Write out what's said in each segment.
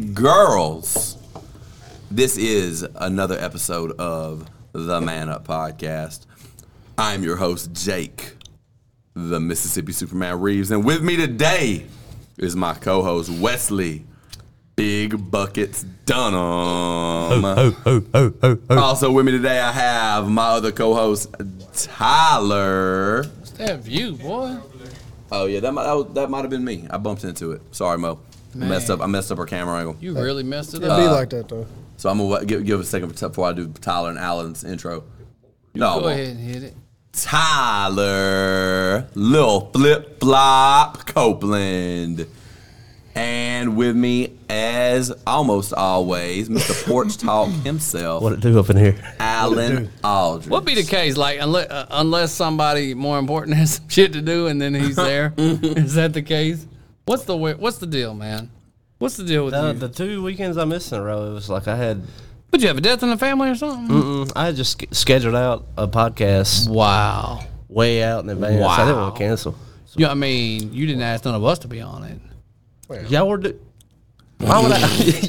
girls. This is another episode of the Man Up Podcast. I'm your host, Jake, the Mississippi Superman Reeves, and with me today is my co-host Wesley Big Buckets Dunham. Also with me today, I have my other co-host Tyler. That view, boy. Oh yeah, that might that, was- that might have been me. I bumped into it. Sorry, Mo. I messed up. I messed up our camera angle. Uh, You really messed it It'd up. be like that though. So I'm gonna give, give a second for- before I do Tyler and Alan's intro. No, I Go won't. ahead and hit it. Tyler, Lil Flip Flop Copeland, and with me as almost always, Mr. Porch Talk himself, What it do up in here? Alan Aldridge. What be the case? Like, unless, uh, unless somebody more important has some shit to do, and then he's there. Is that the case? What's the wa- what's the deal, man? What's the deal with you? Uh, the two weekends I missed in a row, it was like I had Would you have a death in the family or something? mm, I had just sch- scheduled out a podcast Wow. way out in advance. I didn't want Wow. to cancel. You, I mean, you didn't ask none of us to be on it. Y'all were do- Why would I?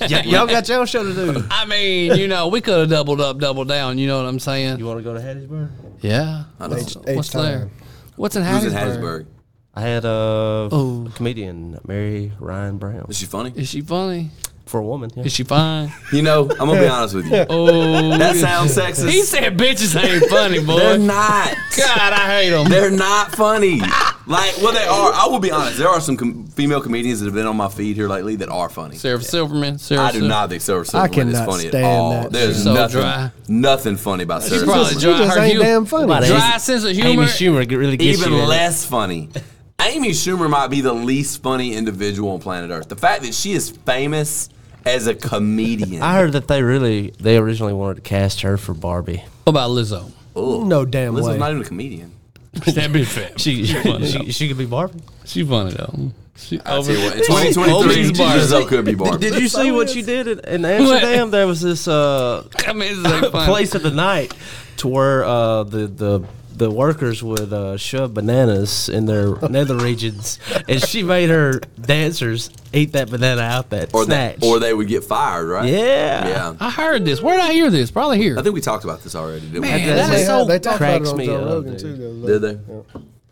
Y- y'all got y'all show to do. I mean, you know, we could have doubled up, doubled down. You know what I'm saying? You want to go to Hattiesburg? Yeah. I know. H- What's H there? time. What's in Who's in Hattiesburg? Hattiesburg? I had uh, Oh. a comedian Mary Ryan Brown Is she funny? Is she funny? for a woman. Yeah. Is she fine? You know, I'm gonna be honest with you. Oh, That sounds sexist. He said bitches ain't funny, They're boy. not. God, I hate them. They're not funny. Like, well, they are. I will be honest. There are some com- female comedians that have been on my feed here lately that are funny. Sarah Silverman. Sarah I do Sil- not think Sarah Silverman is cannot funny at stand all. that There's shit. So nothing, dry. nothing funny about Sarah probably Silverman. She dry- just her ain't humor- damn funny. Somebody- Dry sense of humor. Amy Schumer g- really gets Even you. in it. less funny. Amy Schumer might be the least funny individual on planet Earth. The fact that she is famous as a comedian. I heard that they really they originally wanted to cast her for Barbie. What about Lizzo? No damn Lizzo's way. not even a comedian. that bitch fat. She, She she, she, she could be Barbie. she funny though. She I tell you what, in Obi's 2023, Barbie. Lizzo could be Barbie. Did you see what she did in, in Amsterdam? There was this uh, I mean, it's like funny. place of the night to where uh, the the the workers would uh, shove bananas in their nether regions, and she made her dancers eat that banana out that Or, snatch. that, or they would get fired, right? yeah, Yeah. I heard this. Where did I hear this? Probably here. I think we talked about this already, didn't Man, we? that They, is so. they talk about cracks it on me Joe up, Rogan dude. too. Though. Did they?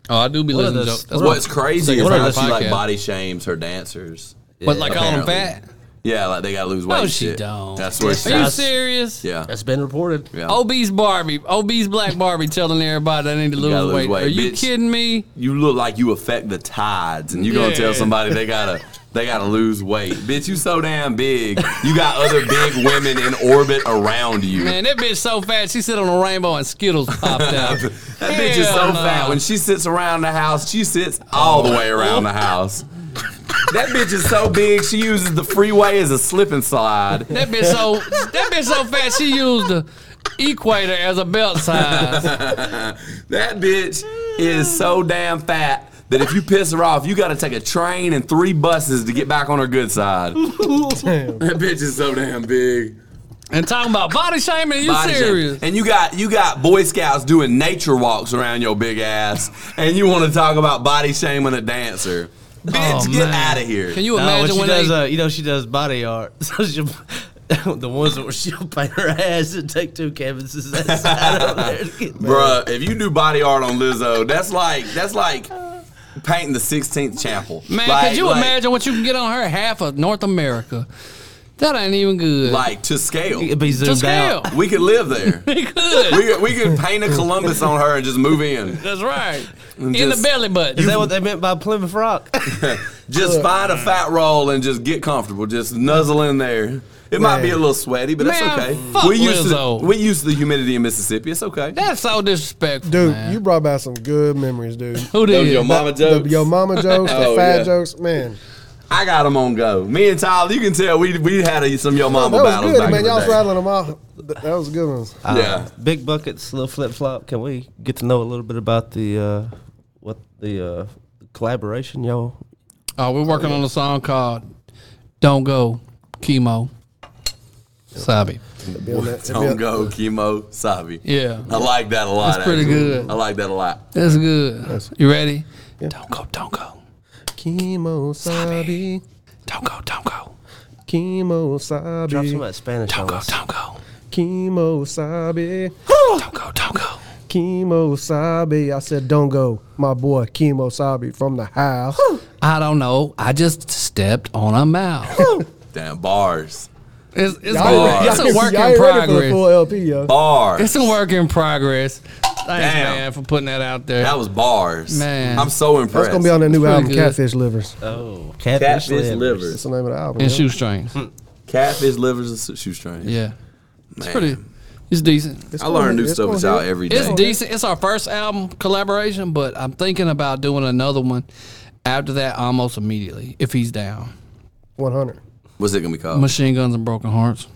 oh, I do be What are listening to the- jokes. That's what- why. What's crazy Like, is what how are she the like podcast? body shames her dancers. But like all them Apparently. fat. Yeah, like they gotta lose weight. No, and she shit. don't. That's where Are you Oh. she. That's- serious? Yeah. that's been reported. Yeah. Obese Barbie, obese black Barbie, telling everybody I need to gotta lose lose weight. weight, Are you bitch. kidding me? you look like you affect the tides, and you gonna tell Yeah. somebody they gotta they gotta lose weight, bitch. You so damn big. You got other big women in orbit around you. Man, that bitch so fat. She sit on a rainbow and Skittles popped out. that bitch is so Hell no. fat. When she sits around the house, she sits all the way around the house. That bitch is so big. She uses the freeway as a slip and slide. That bitch so that bitch so fat she used the equator as a belt size. That bitch is so damn fat that if you piss her off, you got to take a train and three buses to get back on her good side. That bitch is so damn big. And talking about body shaming, you Body shape. serious? And you got you got Boy Scouts doing nature walks around your big ass, and you want to talk about body shaming a dancer? Bitch, get Oh, man. out of here. Can you No, imagine when when she does, they? uh, you know, she does body art. So she, the ones where she'll paint her ass and take two canvases outside of there. to get- Bruh, if you do body art on Lizzo, that's like that's like painting the 16th chapel. man, Like- could you like- imagine what you can get on her? Half of North America. That ain't even good. Like to scale, It'd be to zoomed scale. out. we could live there. They could. We could, we could paint a Columbus on her and just move in. That's right. In the just- belly button. Is that what they meant by Plymouth Rock? Just find a fat roll and just get comfortable. Just nuzzle in there. It might be a little sweaty, but that's Man, okay. fuck we used Lizzo. to we used to the humidity in Mississippi. It's okay. That's so disrespectful, Dude, man. you brought back some good memories, dude. Who Those did? your mama The, jokes. your mama jokes, the Oh, fat yeah. jokes, man. I got them on go. Me and Tyler, you can tell we we had a, some your mama that was battles good, back man. in the Y'all day. was rattling them off. Th- That was good ones. Yeah. Uh, Big buckets, little flip flop. Can we get to know a little bit about the uh, what the uh, collaboration y'all? Oh, we're working on a song called "Don't Go Chemo." Sabi. It'd be on that- it'd be Don't on- go chemo Savi. Yeah. I like that a lot. That's pretty actually. good. I like that a lot. That's good. You ready? Don't go, don't go. Chemo Sabi. Don't go, don't go. Chemo Drop some of wasabi. that Spanish on us. Tonko. Chemo wasabi. Tonko, Tonko. Chemo wasabi. I said, don't go, my boy. Chemo wasabi from the house. I don't know. I just stepped on a mouse. Damn, bars. It's, it's, ain't ready- it's a work Y'all in ain't ready for the progress. full LP, yo. Bars. It's a work in progress. Thanks, Damn. man, for putting that out there. that was bars. Man. I'm so impressed. That's gonna be on the new pretty album, good. Catfish Livers. Oh, catfish, Catfish livers. livers. That's the name of the album. and yo. shoestrings. Catfish livers and shoestrings. yeah, it's Man. pretty. It's decent. It's I learn gonna- new it's stuff with gonna y'all hit. every day. It's decent. It's our first album collaboration, but I'm thinking about doing another one after that almost immediately if he's down. 100. What's it gonna be called? Machine Guns and Broken Hearts.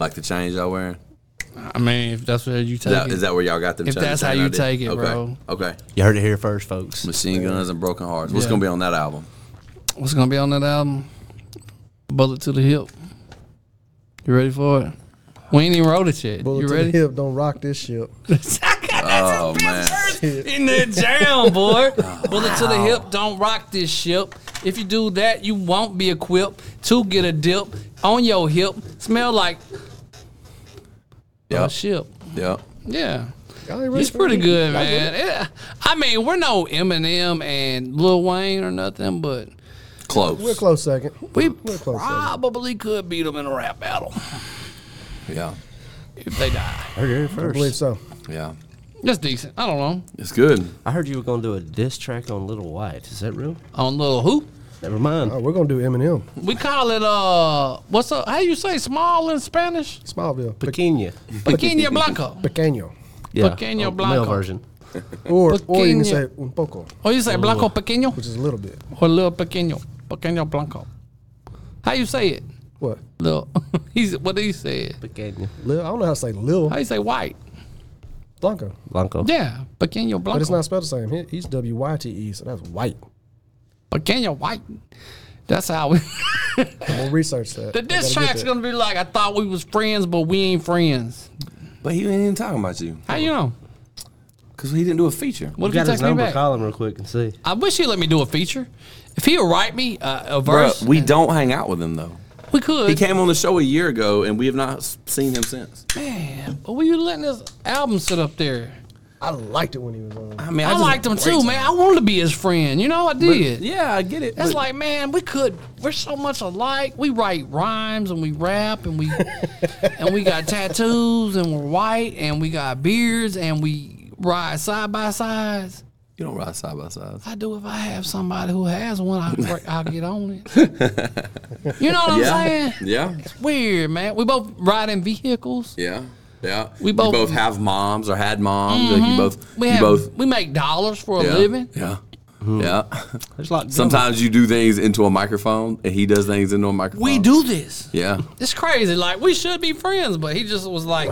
like the chains y'all wearing? I mean, if that's where you Is take that, it. is that where y'all got them? If chains? that's how Chain you idea? take it, okay. bro. Okay. You heard it here first, folks. Machine guns and broken hearts. What's Yeah. gonna be on that album? What's gonna be on that album? Bullet to the hip. You ready for it? We ain't even wrote it yet. Bullet you to ready? the hip, don't rock this shit. Oh man. in the jam, boy. Bullet to the hip, don't rock this ship. If you do that, you won't be equipped to get a dip on your hip. Smell like a Yep. ship. Yep. Yeah. Y'all ain't ready It's for pretty this? good, Y'all man. Yeah. I mean, we're no Eminem and Lil Wayne or nothing, but Close. We're a close second. we We're close. probably could beat them in a rap battle Yeah. if they die. Heard it here I believe first. so. Yeah. That's decent. I don't know. It's good. I heard you were gonna do a diss track on Little White. Is that real? On Lil Who? Never mind. Oh, we're gonna do Eminem, We call it, uh, what's up? How you say small in Spanish? Smallville, Pe- Pequeño. Pequeña Blanco. Pequeño, Yeah. Pequeño oh, Blanco. Male version. or or you Pequeño. can say un poco, Or Oh, you say blanco pequeño which is a little bit. or little pequeño, pequeño blanco. How you say it? What? Little. He's what he said. Pequeño. Lil, I don't know how to say Lil How you say white? Blanco, Blanco. Yeah, pequeño but it's blanco. not spelled the same. He, he's W Y T E, so that's white. Pequeño white. That's how we. We'll research that. the I gotta diss get track's that. gonna be like, I thought we was friends, but we ain't friends. But he ain't even talking about you How you know? because he didn't do a feature. What You if you got text his me number. back? Call him real quick and see. I wish he'd let me do a feature. If he would write me uh, a verse, Bruh, we don't hang out with him though. we He could. came on the show a year ago, and we have not s- seen him since. Man, but were you letting this album sit up there? I liked it when he was on. I mean, I, just liked him too, raised man. I wanted to be his friend. You know, I did. Yeah, I get it. That's but- like, man, we could. We're so much alike. We write rhymes and we rap and we and we got tattoos and we're white and we got beards and we ride side by sides. you don't ride side by sides. I do if I have somebody who has one, I, I'll get on it. You know what I'm saying? yeah, Weird, man. We both ride in vehicles. yeah, yeah. We You both- Mm-hmm. both have moms or had moms. Like you both, We you have both, we make dollars for a yeah, living. yeah, Mm-hmm. yeah. There's a lot. to go Sometimes you do things into a microphone, and he does things into a microphone. We do this. Yeah, It's crazy. Like we should be friends, but he just was like,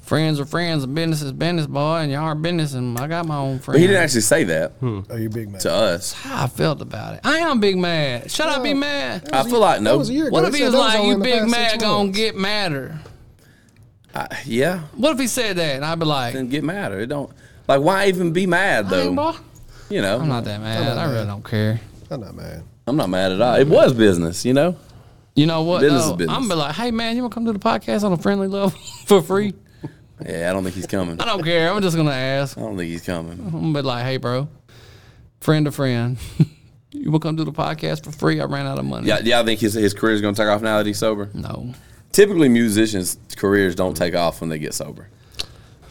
"Friends are friends, and business is business, boy, and y'all are business, and I got my own friends." but he didn't actually say that Oh, you big man. to us. How I felt about it. I am big mad. Should I be mad? I feel like That no. was a year ago. What if They he was said that like, only "You in the big past six mad gonna months." get madder"? I- yeah, What if he said that, and I'd be like, then get mad or it don't. Like, why even be mad "Hey, though? boy, you know, I'm not that mad. I really don't care." I'm not mad. I'm not mad at all. It was business, you know. You know what? Business is though? business. I'm be like, "Hey, man, you wanna come to the podcast on a friendly level for free?" Yeah, I don't think he's coming. I I don't Mm-hmm. care. I'm just gonna ask. don't think he's coming. I'm gonna be like, "Hey, bro, friend to friend." You will come to the podcast for free. I ran out of money. Yeah, yeah. I think his his career's gonna take off now that he's sober. No. Typically, musicians' careers don't take off when they get sober.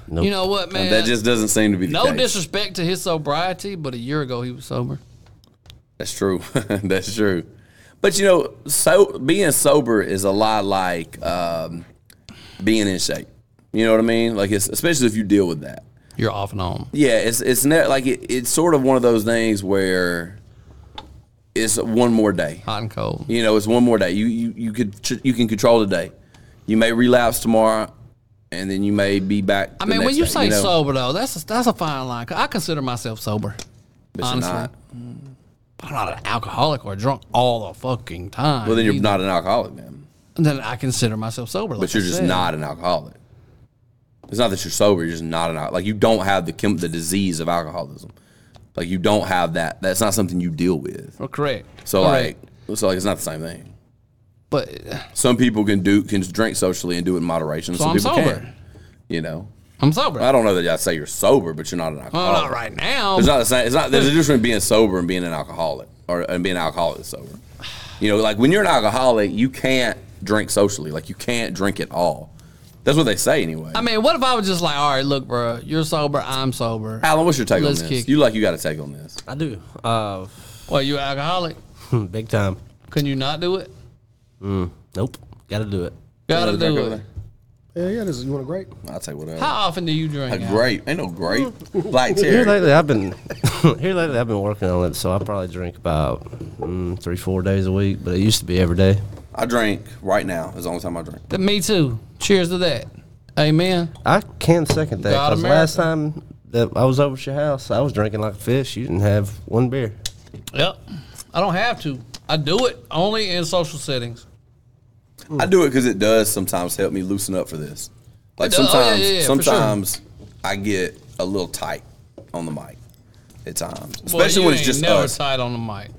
Nope. You know what, man? That just doesn't seem to be the no case. disrespect to his sobriety, but a year ago he was sober. That's true. That's true. But you know, so being sober is a lot like um, being in shape. You know what I mean? Like, it's, especially if you deal with that. You're off and on. Yeah, it's it's ne- like it, it's sort of one of those things where it's one more day. Hot and cold. You know, it's one more day. You you you could tr- you can control the day. You may relapse tomorrow, and then you may be back. I the mean, when next you day, say know? sober though, that's a, that's a fine line. 'Cause I consider myself sober, But you're honestly. not. But I'm not an alcoholic or drunk all the fucking time. Well, then you're either. not an alcoholic, man. Then I consider myself sober. But you're just not an alcoholic. It's not that you're sober. You're just not an al- like you don't have the chem- the disease of alcoholism. Like you don't have that. That's not something you deal with. Well, correct. So Correct. like So like it's not the same thing. But Some people can do can drink socially and do it in moderation. So Some I'm people sober. can. You know, I'm sober. I don't know that I say you're sober, but you're not an well, alcoholic. Oh, not right now. It's not the same. It's not. There's a difference between being sober and being an alcoholic, or and being an alcoholic is sober. You know, like when you're an alcoholic, you can't drink socially. Like you can't drink at all. That's what they say anyway. I mean, what if I was just like, all right, look, bro, you're sober, I'm sober. Alan, what's your take Let's on this? kick it. You like you got a take on this? I do. Uh, hmm, Well, you alcoholic? big time. Can you not do it? Nope. Got to do it. Gotta Another drink do over it. Yeah, yeah. This is, you want a grape? I'll take whatever. How often do you drink? A Al? grape ain't no grape. Black Here cherry. lately, I've been here lately. I've been working on it, so I probably drink about mm, three, four days a week. But it used to be every day. I drink right now. Is the only time I drink. Th- Me too. Cheers to that. Amen. I can second that God because last time that I was over at your house, I was drinking like a fish. You didn't have one beer. Yep. I don't have to. I do it only in social settings. I do it because it does sometimes help me loosen up for this. Like It does. sometimes, Oh, yeah, yeah, yeah, for sure. sometimes I get a little tight on the mic at times, Boy, especially you when it's ain't just never us. tight on the mic.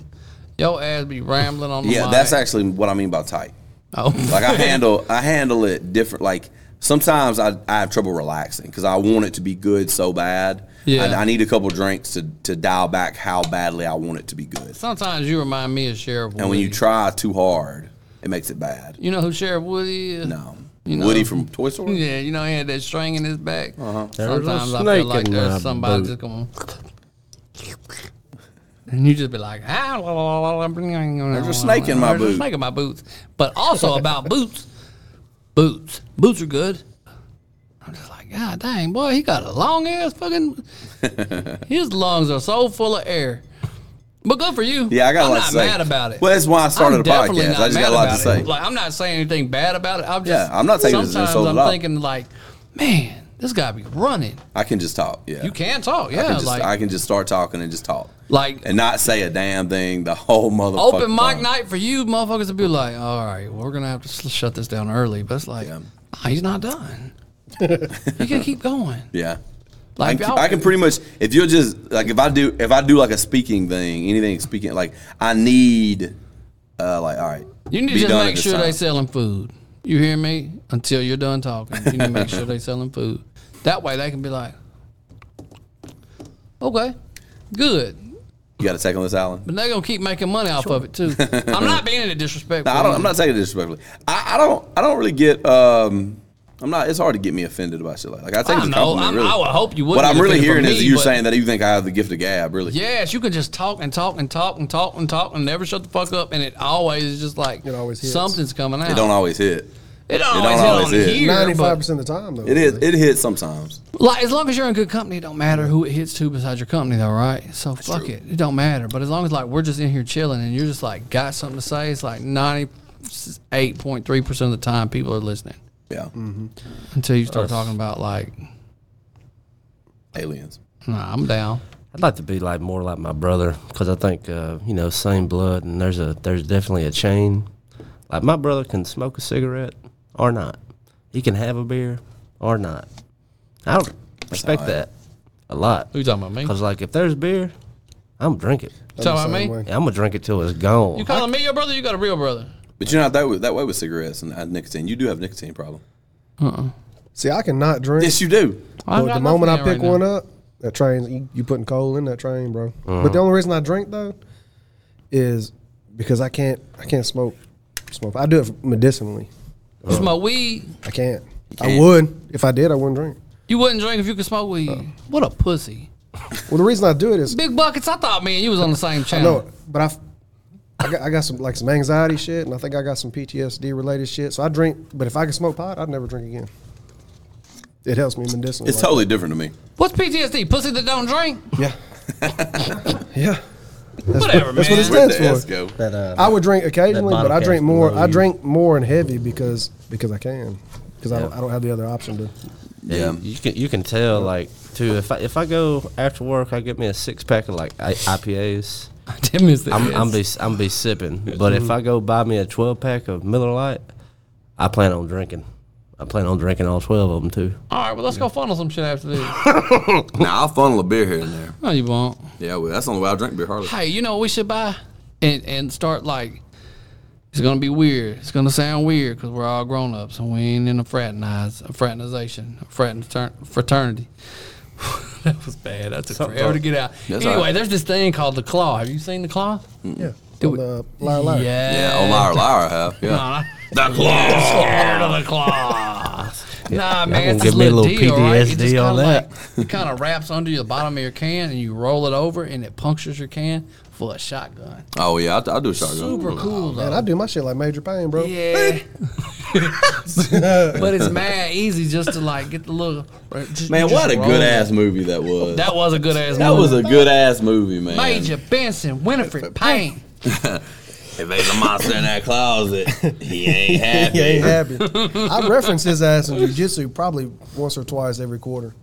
Yo ass be rambling on the Yeah, mic. that's actually what I mean by tight. Oh. Like I handle, I handle it different. Like sometimes I, I have trouble relaxing because I want it to be good so bad. Yeah. I, I need a couple drinks to to dial back how badly I want it to be good. Sometimes you remind me of Sheriff Woody. And when you try too hard, it makes it bad. You know who Sheriff Woody is? No, You know. Woody from Toy Story. Yeah, you know he had that string in his back. Uh-huh. There's a Sometimes I snake feel like in my there's somebody boot. just going. And you just be like, ah, la, la, la, la, la, There's a snake in my There's boot." a snake in my boots. But also about boots, boots, boots are good. I'm just like, God dang, boy, he got a long ass fucking. His lungs are so full of air. But good for you. Yeah, I got I'm a lot not to say. mad about it. Well, that's why I started I'm a definitely podcast. not I just got mad a lot to about say. it. Like I'm not saying anything bad about it. I'm Yeah, just I'm not taking this as an sometimes insult I'm at all. thinking like, man, this guy be running. I can just talk. Yeah, You can talk, I yeah. can just, like I can just start talking and just talk, like and not say a damn thing the whole motherfucker. open mic time. night for you, motherfuckers would be like, all right, we're gonna have to sl- shut this down early. But it's like, Yeah. nah, he's not done. you can keep going. Yeah. I Like, can, y'all- I can pretty much if you'll just like if I do if I do like a speaking thing anything speaking like I need uh like all right You need be to just done make at this sure they time. selling food. You hear me? Until you're done talking, you need to make sure they selling food. That way they can be like, okay, good. you got to take on this Alan But they're gonna keep making money off of it too. I'm not being a disrespectful. No, I don't, I'm not taking it disrespectfully. I, I don't. I don't really get. Um, I'm not. It's hard to get me offended about shit like. Like I I take it as a know. compliment. I'm- Really. I would hope you What wouldn't I'm get really offended hearing from is me, you're but- saying that you think I have the gift of gab. Really. Yes, you can just talk and talk and talk and talk and talk and never shut the fuck up, and it always is just like It always hits. something's coming out. It don't always hit. it don't don't always, hit always on hit. here, but- Ninety-five percent of the time, though. It is. It hits sometimes. Like as long as you're in good company, it don't matter who it hits to besides your company, though, right? So fuck it, it don't matter. But as long as like we're just in here chilling and you're just like got something to say, it's like ninety eight point three percent of the time people are listening Yeah. until you start talking about like, Aliens. nah, I'm down. I'd like to be like more like my brother because I think uh, you know same blood and there's a there's definitely a chain. Like my brother can smoke a cigarette or not. He can have a beer or not. I don't respect all right. that a lot Who you talking about me? because like if there's beer, I'm drinking it. I'm the Talking about same me? way. Yeah, I'm gonna drink it till it's gone. You calling me your brother? You got a real brother? But you're not that way, that way with cigarettes and uh, nicotine. You do have a nicotine problem. See, I cannot drink. Yes, you do. I But got the moment I nothing in pick right one now. up, that train you, you putting coal in that train, bro. Uh-huh. But the only reason I drink though is because I can't I can't smoke smoke. I do it medicinally. smoke weed. I can't. I can't. would if I did. I wouldn't drink. You wouldn't drink if you could smoke weed. Uh. What a pussy. Well, the reason I do it is Big buckets. I thought me and you was on the same channel. no, but I, f- I got, I got some like some anxiety shit, and I think I got some PTSD related shit. So I drink, but if I could smoke pot, I'd never drink again. It helps me medicinally. It's like- totally different to me. What's PTSD? Pussy that don't drink. yeah, yeah. That's Whatever, that's man. what it Where'd stands the for. S go? That, uh, I would drink occasionally, That but I bottle drink cap more. below I you. drink more and heavy because because I can because I, don't, I don't have the other option to. Yeah. You can you can tell like too if I if I go after work I get me a six pack of like I, IPAs. I did miss that. I'm I'm be I'm be sipping. But Mm-hmm. if I go buy me a twelve pack of Miller Lite, I plan on drinking. I plan on drinking all twelve of them too. All right, well, let's go funnel some shit after this. Now I'll funnel a beer here and there. no, you won't. Yeah, well, that's the only way I drink beer hardly. Hey, you know what we should buy and and start like It's gonna be weird. It's gonna sound weird because we're all grown ups and we ain't in a fraternize, a fraternization, a fratern- fraternity. that was bad. That took forever to get out. That's all anyway, right. there's this thing called the claw. Have you seen the claw? Yeah. Do On it. the liar, liar. Yeah. Yeah, oh, liar, liar, have. Yeah. Nah, The claw. scared of the claws. Nah, man, gonna it's give this me a little little deal, right? It just PTSD on kinda that. Like, it kind of wraps under the bottom of your can, and you roll it over, and it punctures your can for a shotgun. Oh, yeah, I, I do a shotgun. Super cool though. Man, I do my shit like Major Payne, bro. Yeah. but it's mad easy just to like get the little. just- Man, just what a roll good it. ass movie that was. That was a good ass. That was a good ass movie, man. Major Benson, Winifred Payne. If there's a monster in that closet, he ain't happy. He ain't happy. I reference his ass in jujitsu probably once or twice every quarter.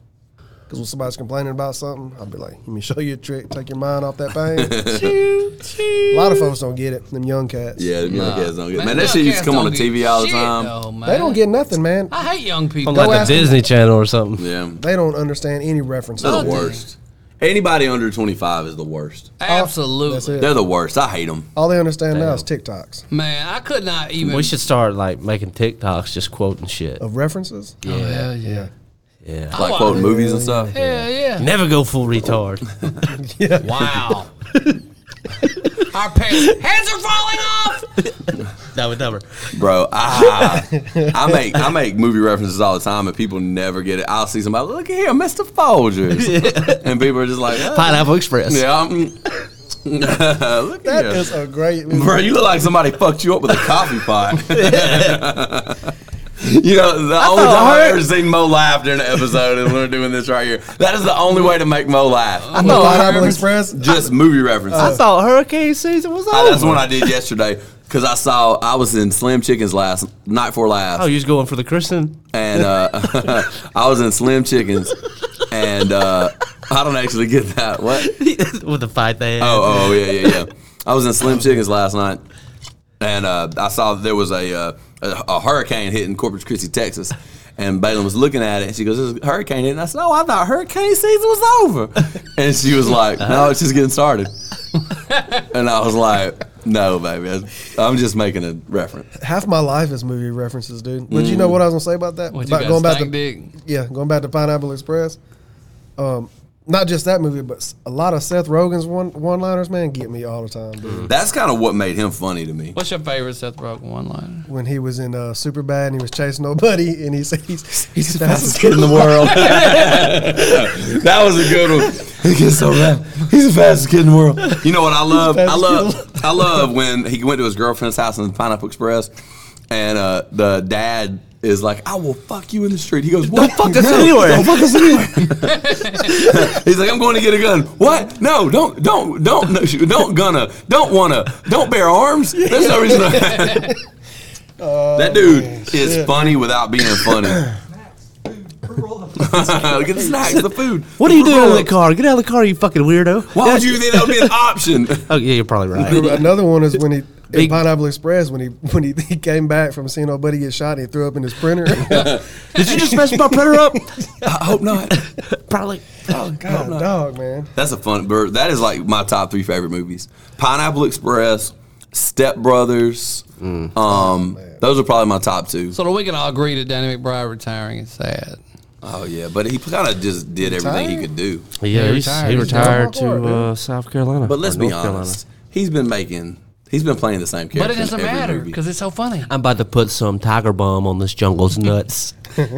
Because when somebody's complaining about something, I'll be like, let me show you a trick, take your mind off that pain. a lot of folks don't get it, them young cats. Yeah, them young cats don't get. Man, that shit used to come on the don't get TV all the shit, time. though, man. They don't get nothing, man. I hate young people. on like ask the him. Disney Channel or something. Yeah, They don't understand any references. they're the Nothing. worst. Anybody under 25 is the worst. That's Absolutely, it. They're the worst. I hate them. All they understand now is TikToks man. I could not even. We should start like making TikToks just quoting shit. of references. Oh, hell yeah. Yeah. Like quoting movies and stuff. Hell yeah. Never go full retard. Wow. Our parents' heads are falling off. no, never. Bro, I, I make I make movie references all the time and people never get it. I'll see somebody, look here, Mr. Folgers. And people are just like, "Uh, Pineapple Express. yeah, I'm, look at That you. is a great. Bro, you look like somebody fucked you up with a coffee pot. you know, the only time I've ever seen Mo laugh during an episode is when we're doing this right here. That is the only way to make Mo laugh. The No, Pineapple Express. just movie references. I thought hurricane season was Uh, over. that's what I did yesterday because I saw I was in Slim Chickens last night for last, oh, you was going for the christening? and uh, I was in Slim Chickens, and uh, I don't actually get that. What? With the fight they had. Oh, oh, yeah, yeah, yeah. I was in Slim Chickens last night, and uh, I saw there was a, uh, a a hurricane hitting Corpus Christi, Texas. And Balin was looking at it, and she goes, "There's a hurricane hitting." I said, "Oh, I thought hurricane season was over." and she was like, "No, it's just getting started." and I was like, "No, baby, I'm just making a reference." Half my life is movie references, dude. But you Mm. know what I was gonna say about that? What you about got, going back stank to dick? yeah, going back to Pineapple Express. Um, not just that movie, but s- a lot of Seth Rogen's one one liners, man, get me all the time, dude. That's kind of what made him funny to me. What's your favorite Seth Rogen one liner? When he was in uh, Super Bad and he was chasing nobody, and he said he's he's the fastest in the world. that was a good one. He gets so mad. He's the fastest kid in the world. You know what I love? I fastest love. I love when he went to his girlfriend's house in Pineapple Express, and uh, the dad is like, "I will fuck you in the street." He goes, "What? fuck us anywhere." Don't fuck us anywhere." He's like, "I'm going to get a gun." What? No, don't, don't, don't, no, shoot, don't gonna, don't wanna, don't bear arms. There's no reason. To that dude is funny without being funny. Get the snacks, the food. What are you doing in the roll-up. car? Get out of the car, you fucking weirdo. Why would you think that would be an option? Oh, yeah, you're probably right. Another one is when he in Big- Pineapple Express when he when he, he came back from seeing nobody get shot and he threw up in his printer. God, Did you just mess my printer up? I hope not. probably. dog, man. That's a fun. bur- That is like my top three favorite movies: Pineapple Express, Step Brothers. um, those are probably my top two. So that we can all agree that Danny McBride retiring is sad. Oh yeah, but he kind of just did everything he could do. Yeah, he's, retired. he He's done retired my part, to uh, South Carolina. But let's or be North Carolina. honest, he's been making, he's been playing the same character. But it doesn't in every matter movie. because it's so funny. I'm about to put some tiger bomb on this jungle's nuts.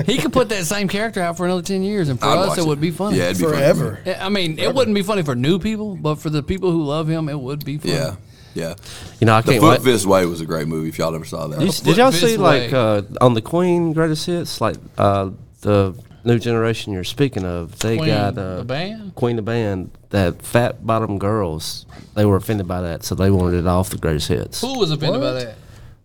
he could put that same character out for another 10 years, and for I'd watch us, it would be funny. Yeah, it'd be funny. Forever. I mean, it wouldn't be funny for new people, but for the people who love him, it would be funny. Yeah, yeah. You know, I The can't Foot wait. Fist Way was a great movie. If y'all never saw that, You- Foot did y'all Fist see Way. like uh, on the Queen greatest hits, like uh, the new generation you're speaking of? They Queen, got uh, the band? Queen the band. That fat bottom girls, they were offended by that, so they wanted it off the greatest hits. Who was offended by that?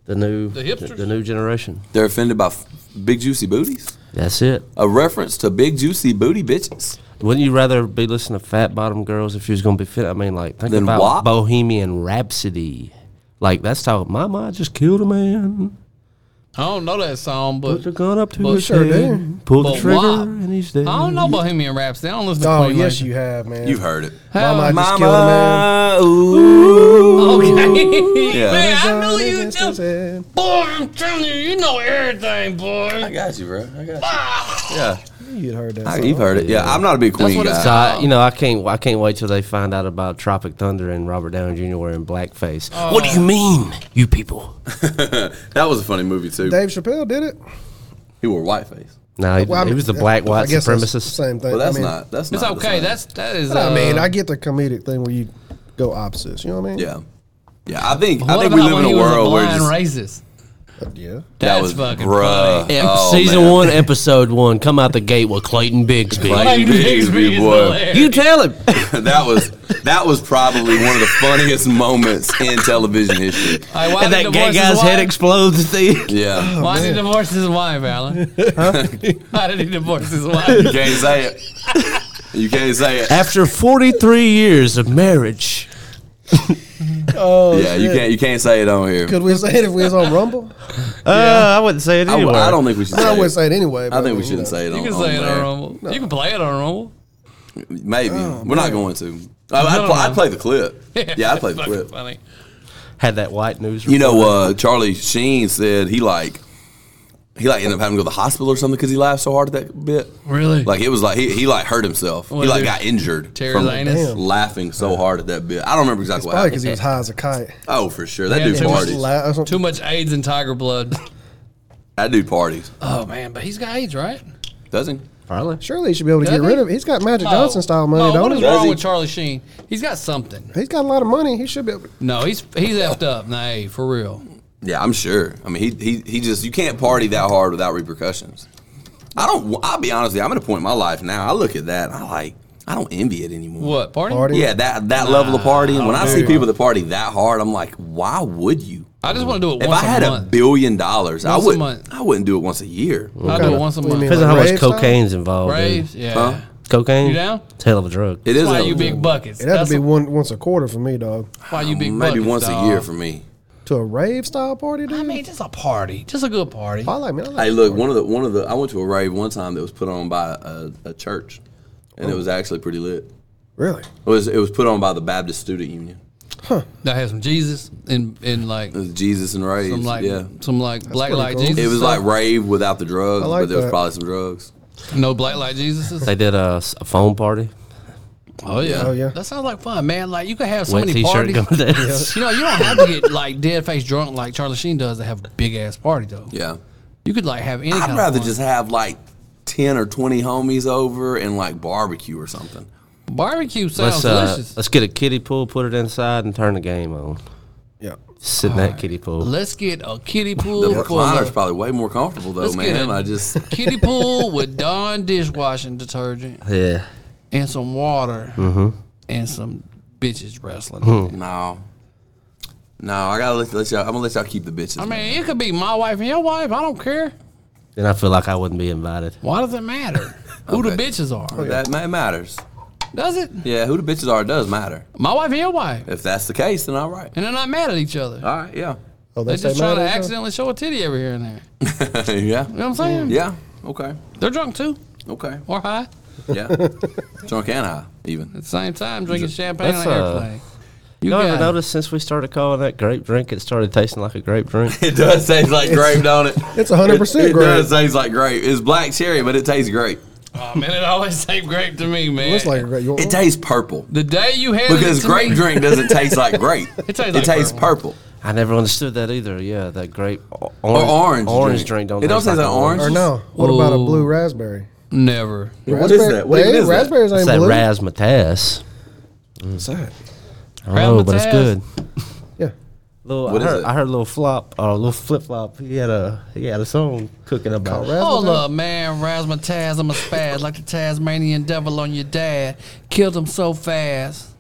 The new, The the, hipsters? new generation. they're offended by f- big juicy booties. That's it. A reference to big juicy booty bitches. Wouldn't you rather be listening to fat bottom girls if you was gonna be fit? I mean, like think Then about WAP? Bohemian Rhapsody. Like that's how Mama I just killed a man. I don't know that song, but Put your gun up to But- his Sure head, did. pull But the trigger, why? and he's dead. I don't know Bohemian Rhapsody. I don't listen to Oh Queen yes, like you have, man. You've heard it. Mama, I that. just killed a man. ooh. Okay. Yeah. Man, I knew you just. said. Boy, I'm telling you, you know everything, boy. I got you, bro. I got you. Yeah, You'd heard Ah, that. I, song. you've heard it. Yeah, I'm not a big Queen what it's So guy. called. I, you know, I can't. I can't wait till they find out about Tropic Thunder and Robert Downey Jr. wearing blackface. Oh. What do you mean, you people? That was a funny movie too. Dave Chappelle did it. He wore whiteface. No, he, Well, I he mean, was the uh, black I white guess that's the supremacist. Same thing. But that's I mean, not. That's It's not. the okay. same. That's that is. but I uh, mean, I get the comedic thing where you go opposites. You know what I mean? yeah, yeah. I think I what think we about live when in he a was world where blind just, racist. Yeah. that That's was fucking bruh. funny. Ep- Oh, season man. one, episode one. Come out the gate with Clayton Bigsby. Clayton Bigsby Bigsby, is boy. hilarious. You tell him. that was that was probably one of the funniest moments in television history. Like, why and did that gay divorce his guy's head wife? explodes at the end. Yeah, Why did he divorce his wife, Alan? Why did he divorce his wife? you can't say it. You can't say it. After 43 years of marriage, Oh Yeah, you can't. You can't say it on here. Could we say it if we was on Rumble? uh, I wouldn't say it I, w- anywhere. I don't think we should. I Say wouldn't it. say it anyway. I but, think we you shouldn't know. say it on. You can say it on there. Rumble. You can play it on Rumble. Maybe we're not going to. I, I'd, No, pl- no. I'd play the clip. Yeah, I'd play the Fucking clip. Funny. Had that white news. You know, reporter. uh, Charlie Sheen said he like he like ended up having to go to the hospital or something because he laughed so hard at that bit. Really? Like it was like he, he like hurt himself. What he like dude? got injured Terry from Lanez? Damn. laughing so hard at that bit. I don't remember exactly what Probably because happened. he was high as a kite. Oh, for sure. That Yeah, dude Terry Just parties. la- or Too something. much AIDS and tiger blood. That dude parties. Oh man, but he's got AIDS, right? Doesn't he? Probably. Surely he should be able to Does get he? rid of. He's got Magic Johnson style money, Oh. no, what don't is he? Does wrong he? with Charlie Sheen? He's got something. He's got a lot of money. He should be. Able to. No, he's he's effed up. Nah, hey, for real. Yeah, I'm sure. I mean, he, he he just you can't party that hard without repercussions. I don't. I'll be honest with you. I'm at a point in my life now. I look at that. And I like. I don't envy it anymore. What party? Party. Yeah, that that level of partying. When I see people that party that hard, I'm like, why would you? I just want to do it If once I had a a month. billion dollars, I Once a would month. I wouldn't do it once a year. I'll do it once a month. What do you mean? Depends on how Like much rave style? cocaine's involved. dude. Braves, yeah. Huh? Cocaine. You down? It's a hell of a drug. It is Why a- you big buckets? It'd have That's to be a- one once a quarter for me, dog. why you big maybe buckets, once dog. a year for me. To a rave style party, dude. I mean, just a party, just a good party. I like, man. I like Hey, look one of the one of the I went to a rave one time that was put on by a, a church, and Oh. it was actually pretty lit. Really? It was it was put on by the Baptist Student Union. That had some Jesus and and like It was Uh, Jesus and raves. some like yeah, some like black pretty light cool. Jesus. it was stuff. like rave without the drugs, I like but there was that. probably some drugs. no black light Jesuses. They did a, s- a phone party. Oh yeah. Oh, yeah. That sounds like fun, man. Like you could have so Wet many t-shirt parties. going down. You know, you don't have to get like dead face drunk like Charlie Sheen does to have a big ass party though. Yeah, You could like have any. kind I'd of rather party. just have like ten or twenty homies over and like barbecue or something. barbecue sounds Let's uh, delicious. let's get a kiddie pool, put it inside, and turn the game on. Yeah. Sit in that kiddie pool. Let's get a kiddie The pool. full of- recliner's probably way more comfortable though, Let's get man. it. I just kiddie pool with Dawn dishwashing detergent Yeah. and some water Mm-hmm. and some bitches wrestling. no, no. I gotta let, let y'all. I'm gonna let y'all keep the bitches. I man. mean, it could be my wife and your wife. I don't care. Then I feel like I wouldn't be invited. Why does it matter who the Okay. Oh, bitches are? that ma- matters. Does it? Yeah, who the bitches are does matter. My wife and your wife, If that's the case, then all right. and they're not mad at each other. All right, yeah, Oh, They're that's just trying to accidentally show a titty every here and there. yeah, You know what I'm saying? yeah. Okay, They're drunk too, okay, or high. yeah. Drunk and high, even. At the same time, drinking champagne that's, on an uh, airplane. You got ever it. noticed since we started calling that grape drink, it started tasting like a grape drink? It does taste like grape, don't it? It's 100% It does grape. taste like grape. It's black cherry, but it tastes grape. Oh man, it always tastes grape to me, man. Looks like a grape. You It want- tastes purple the day you had it because to grape me- drink doesn't taste like grape. It tastes like purple. I never understood that either. Yeah, that grape o- Or orange orange. orange drink. don't it don't taste like an orange. Or no. What about a blue Ooh. raspberry? Never. What is that? What Raspberry- even is that? Raspberries It's ain't that blue. razzmatazz. What's that? Oh, but it's Razzmatazz. good. Yeah. Little, What I, is heard, it? I heard little flop, or little flip flop. He had a he had a song cooking about. it. Hold Razzmatazz? up, man. Razzmatazz, I'm a spaz like the Tasmanian devil on your dad. Killed him so fast.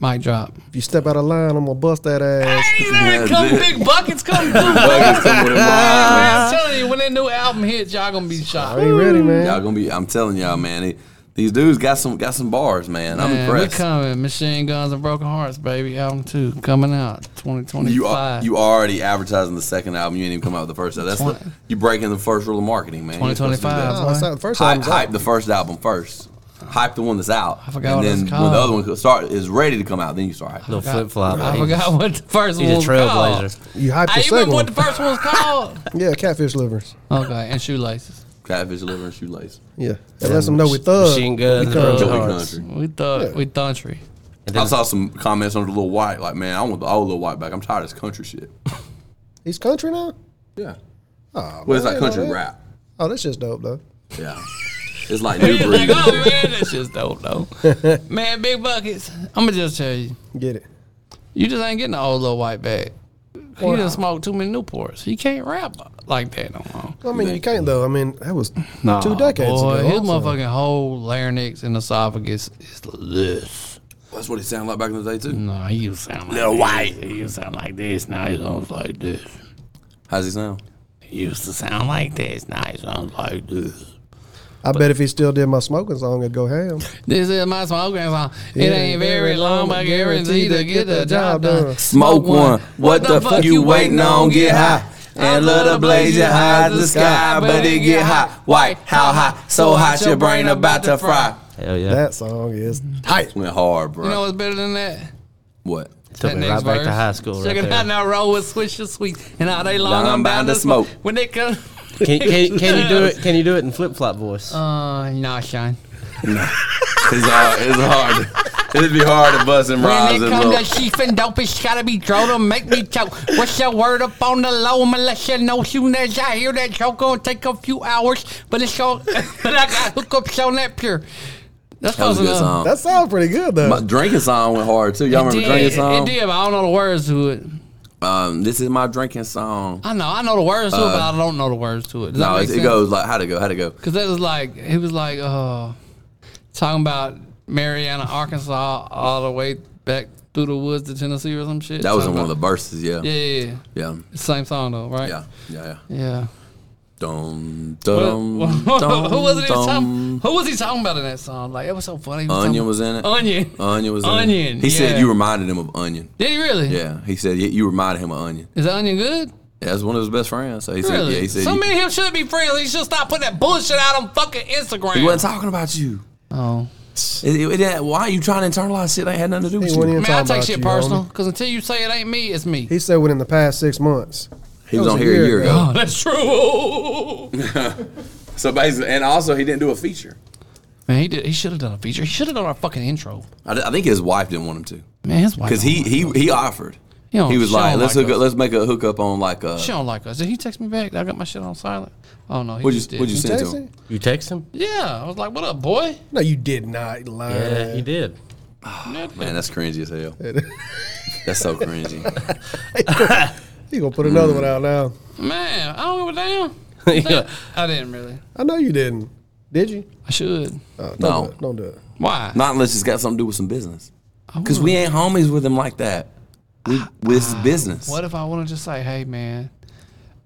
Mic drop. If you step out of line, I'm gonna bust that ass. Hey, Yeah, man, come dude. big buckets come through. man. Buckets come with a bomb. I'm telling you, when that new album hits, y'all gonna be shocked. Are you ready, man? Y'all gonna be. I'm telling y'all, man. It, These dudes got some got some bars, man. I'm Man, impressed. We're coming. Machine Guns and Broken Hearts, baby. Album two coming out 2025. You are you already advertising the second album. You ain't even come out with the first. That's the, Twenty- you breaking the first rule of marketing, man. You're supposed to do 2025. that. Oh, that's not the first Hype, album's out. hype the first album first. Hype the one that's out. I forgot what and it's then when called. the other one start is ready to come out, then you start hyping. Little flip flop. I forgot what the first He's one a was called. trailblazer. You hyped I the even second remember one. what the first one was called. yeah, catfish livers. okay, and shoelaces. Catfish liver and shoelace. Yeah, that lets them know we thug. Machine guns, We and thug. broken Joey hearts. Country. We thought we thuntry. And I then saw some comments under Lil White, like, man, I want the old Lil White back. I'm tired of this country shit. He's country now. Yeah. Oh, Well, it's like man, you know country that? rap. Oh, that's just dope though. Yeah. It's like new like, breed. oh man, that's just dope though. man, big buckets. I'm gonna just tell you, Get it. you just ain't getting the old little white bag. He done smoked too many Newports. He can't rap like that no more. I mean, you can't though. I mean, that was two decades boy, ago. His also. motherfucking whole larynx and esophagus is this. That's what it sounded like back in the day too. No, he used to sound like Lil this. White. He used to sound like this. Now he sounds like this. How's he sound? He used to sound like this. Now he sounds like this. I bet if he still did my smoking song, it'd go ham. This is my smoking song. It ain't very long, but guaranteed to get the job done. Smoke one. What the fuck you waiting on? Get high. And let it blaze your eyes the sky, but it get hot. White, how hot? So hot your brain about to fry. hell yeah. That song is Tight. Went hard, bro. You know what's better than that? what? Took that me next right back to verse. high school. Check Right it out there. now, roll with Swish your Sweet. And all day long, I'm bound to smoke. When they come. Can, can, can you do it? Can you do it in flip flop voice? Uh, nah, Sean. It's hard. It's hard. It'd be hard to bust and When rhymes it and come to look. sheep and dope, it's gotta be drove to make me choke. What's your word up on the low? Unless you know soon as I hear that joke, gonna take a few hours, but it's all, but I got hookups on that pure. That's That close was a good enough. song. that sounds pretty good though. Oh. My drinking song went hard too. Y'all It remember did, drinking It song? did, but I don't know the words to it. Um, this is my drinking song. I know, I know the words to it, but I don't know the words to it. Does Uh, No, that it, make it sense? goes like how to go, how to go. Because that was like, he was like, uh, talking about Mariana, Arkansas, all the way back through the woods to Tennessee or some shit. That was in Talking one of the verses. Yeah, about- Yeah, yeah, yeah. yeah, Same song though, right? yeah, yeah. yeah. Yeah. Dum Who dum who dum. was it he was talking? dum. Who was he talking about in that song? Like it was so funny. He Onion talking- was in it. Onion. Onion was in Onion, It. He yeah. said you reminded him of Onion. Did he really? Yeah, he said "Yeah, you reminded him of Onion. Is that Onion good? That's one of his best friends. So he said, Really? yeah, he said so you- many of him should be friends. He should stop putting that bullshit out on fucking Instagram. he wasn't talking about you. oh. It, it, it, why are you trying to internalize shit that ain't had nothing to do with He you? went in Man, I talking take about shit you, personal homie. because until you say it ain't me, it's me. He said within the past six months. He That was was on a here a year year ago. ago. Oh, that's true. So basically, and also he didn't do a feature. Man, he did. He should have done a feature. He should have done a fucking intro. I, I think his wife didn't want him to Man, his wife. because he he he offered. He don't- He was she like, don't let's like hook up, us. let's make a hookup on like uh, a. She don't like us. Did he text me back? I got my shit on silent. Oh no, he What'd just you did. What'd you You send to text him? him? text him? Yeah, I was like, "What up, boy?" No, you did not lie. Yeah, he did. Man, that's cringy as hell. that's so cringy. He gonna put Mm. another one out now. Man, I don't give a damn. yeah. I didn't really. I know you didn't. Did you? I should. Uh, don't No. do it. don't do it. Why? Not unless it's got something to do with some business. Because we ain't homies with him like that. We, this is business. What if I want to just say, "Hey, man,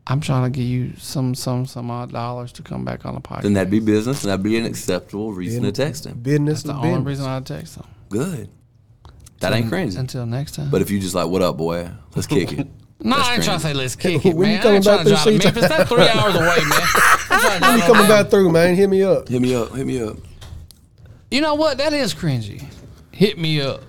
I'm trying to give you some some some odd dollars to come back on the podcast." Then that'd be business, and that'd be an acceptable reason to text him. Business That's the is only business. reason I text them. Good. That ain't cringy. Until next time. But if you just like, what up, boy? Let's kick it. no, that's I ain't trying cringy. to say let's kick it, When you man. I ain't coming trying to back drive to through Memphis. That's three hours away, man. I'm trying to You drive to coming back through, man? Hit me up. Hit me up. Hit me up. You know what? That is cringy. Hit me up.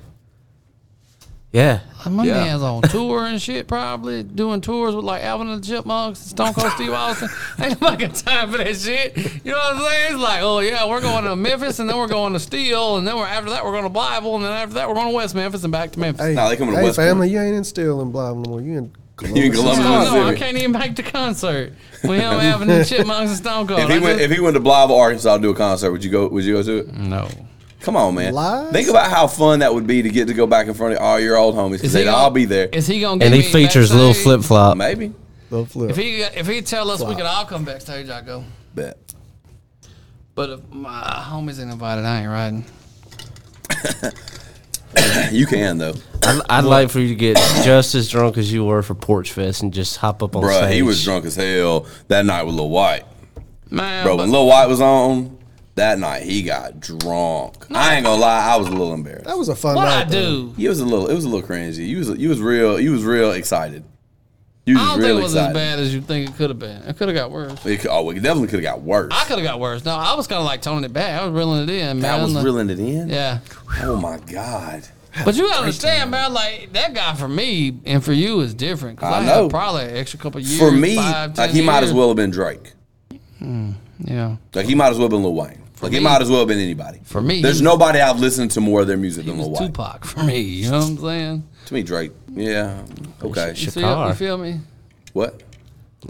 Yeah. Uh, My Yeah. man's on tour and shit, probably doing tours with like Alvin and the Chipmunks and Stone Cold Steve Austin. Ain't nobody got time for that shit. You know what I'm saying? It's like, oh yeah, we're going to Memphis and then we're going to Steele and then we're after that we're going to Bible and then after that we're going to West Memphis and back to Memphis. Hey, Nah, they coming to hey Westport. family, you ain't in Steele and Blythe no more. You in Columbus. You in Columbus, No, no, I Mississippi. can't even make the concert with him, Alvin and the Chipmunks and Stone Cold. If he I went, just- Mm. if he went to Blythe, Arkansas, to do a concert, would you go? Would you go to it? no. Come on, man. Lies? Think about how fun that would be to get to go back in front of all your old homies. Cause he they'd gonna- all be there. Is he going to And he features Lil Flip Flop. Maybe. The flip. If he if he tell us we could all come backstage, I go. Bet. But if my homies ain't invited, I ain't riding. You can though, I'd, I'd like for you to get just as drunk as you were for Porch Fest and just hop up on Bruh, stage. He was drunk as hell that night with Lil White, Man, bro. Oh, but- When Lil White was on, That night he got drunk. I ain't gonna lie, I was a little embarrassed. That was a fun What I night. though. do? It was a little. It was a little cringy. You was. You was real. You was real excited. You was I don't real think it was as excited. bad as you think it could have been. It could have got worse. It could, oh, it definitely could have got worse. I could have got worse. No, I was kind of like toning it back. I was reeling it in, man. that was Like, reeling it in. Yeah, Oh my god. but you gotta understand, man. Like that guy for me and for you is different. 'cause I I, know. Had probably an extra couple years. For me, five, like ten he might years. as well have been Drake. Yeah, Like he might as well have been Lil Wayne. like he me- might as well have been anybody. For me, there's he- nobody I've listened to more of their music he than Lil was Wayne. Tupac for me. You know what I'm saying? To me, Drake. Yeah. Okay. You, shit. see it? you Shakar. feel me? What?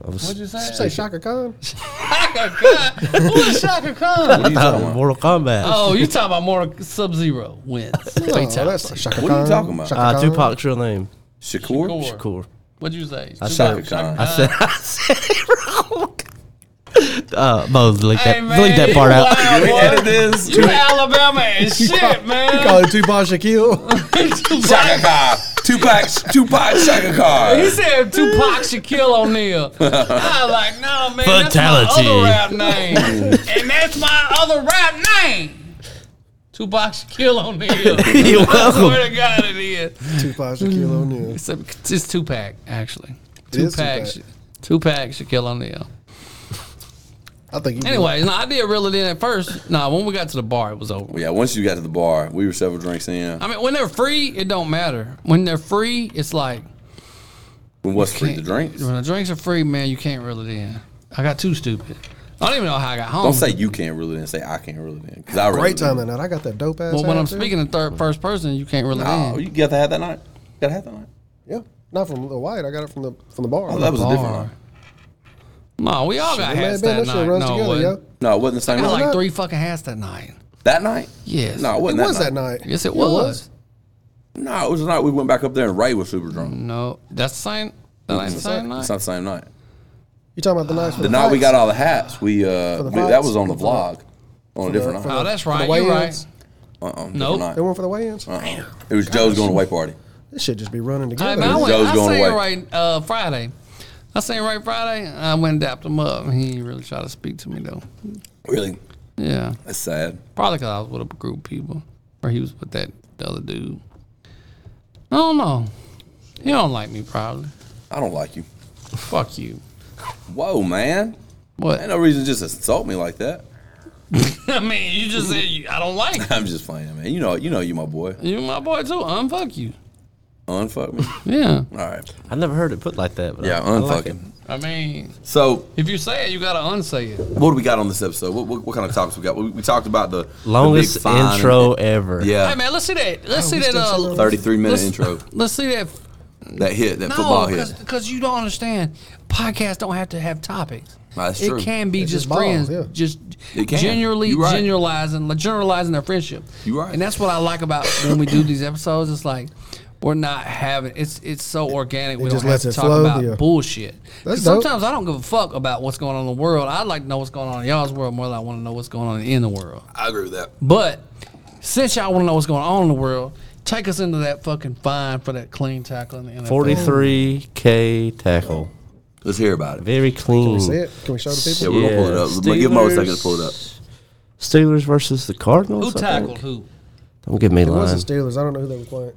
I was What'd you say? Say Shaka Khan. Shaka Khan. Who's Shaka Khan? What are you talking about? Mortal Kombat. Oh, you talking about more Sub Zero wins? No, Fatality. Oh, that's Shaka What are you Khan, talking about? Shaka uh, Khan. Tupac's real name. Shakur? Shakur. Shakur. What'd you say? I Tupac, said- Shaka I I said, I said it wrong. Uh, Bo, delete that, Hey, man, delete that you part out. wild, We boy. edit this. You Alabama and shit, You call man. it Oh, Tupac Shaquille. Shaka Khan. Tupac. Tupac Shaka He Khan. said Tupac Shaquille O'Neal. I was like, no, man, that's Fatality. my other rap name. and that's my other rap name. Tupac Shaquille O'Neal. You're I welcome. swear to God it is. Tupac Shaquille O'Neal. It's, a, it's Tupac, actually. It is Tupac. Tupac. Sha- Tupac Shaquille O'Neal. I think. he- Anyways, no, I did reel it in at first. No, when we got to the bar, it was over. Yeah, once you got to the bar, we were several drinks in. I mean, when they're free, it don't matter. When they're free, it's like When what's free to can't- drinks? When the drinks are free, man, you can't reel it in. I got too stupid. I don't even know how I got home. Don't say you can't really then. Say I can't really then. Because I really Great time did. that night. I got that dope ass. Well, when hat, I'm too. speaking in third first person, you can't reel it Oh, in. you got to have that night. Got to have that night. Yeah, not from the white. I got it from the from the bar. Oh, that was a different Bar. night. No, we all got It may have hats been that that shit night. runs No, together, it yeah. wasn't. No, it wasn't the I same got night. like not? three fucking hats that night. That night? Yes. No, it It wasn't was that that night. night. Yes, it Yeah, was. No, it was the night we went back up there and Ray was super drunk. No, that's the same. Mm, That ain't the same night. It's not the same night. You talking about the night? for The night we fights? got all the hats, we uh, the we- that fights? was on the For the- vlog, on a different for night. Oh, that's the right. You're right. weigh-ins? Uh-uh, Uh, Nope. different They night. went for the weigh-ins. It was Joe's going away party. This shit just be running Hey, together. man, I went. Joe's I going seen away. right uh, Friday. I seen right Friday. I went and dapped him up. He ain't really tried to speak to me though. Really, Yeah, that's sad. probably because I was with a group of people, or he was with that the other dude. I don't know. He don't like me probably. I don't like you. Fuck you. Whoa, man, ain't What? no reason to just insult me like that. I mean, you just said you, I don't like I'm just playing, man. You know, you know, you my boy. you. You my boy too. Unfuck you. Unfuck me. Yeah. All right. I never heard it put like that. But Yeah, I, I like unfucking. it. I mean, so, if you say it, you gotta unsay it. what do we got on this episode? What, what, what kind of topics we got? We, we talked about the the big Longest fine and- intro ever. Hey yeah, man, let's see that. Let's see Oh, we that. still Uh, sitting on- 33 minute let's- intro. Let's see that That hit, that football hit. because you don't understand. Podcasts don't have to have topics. That's it true. can be It's just just balls, friends, yeah. just It can. generally You right. generalizing, like, generalizing their friendship. You right. and that's what I like about when we do these episodes. It's like we're not having it's it's so organic. we just don't have lets to it talk flow, about yeah. bullshit. 'Cause That's dope. Sometimes I don't give a fuck about what's going on in the world. I like to know what's going on in y'all's world more than I want to know what's going on in the world. I agree with that. But since y'all want to know what's going on in the world, take us into that fucking fine for that clean tackle in the NFL. 43 K tackle. Let's hear about it. Very clean. Can we see it? Can we show the Yeah, people? we're gonna pull it up. Let's give Mo a second to pull it up. Steelers versus the Cardinals. Who I tackled think. who? Don't give me It lines. was the Steelers. I don't know who they were playing.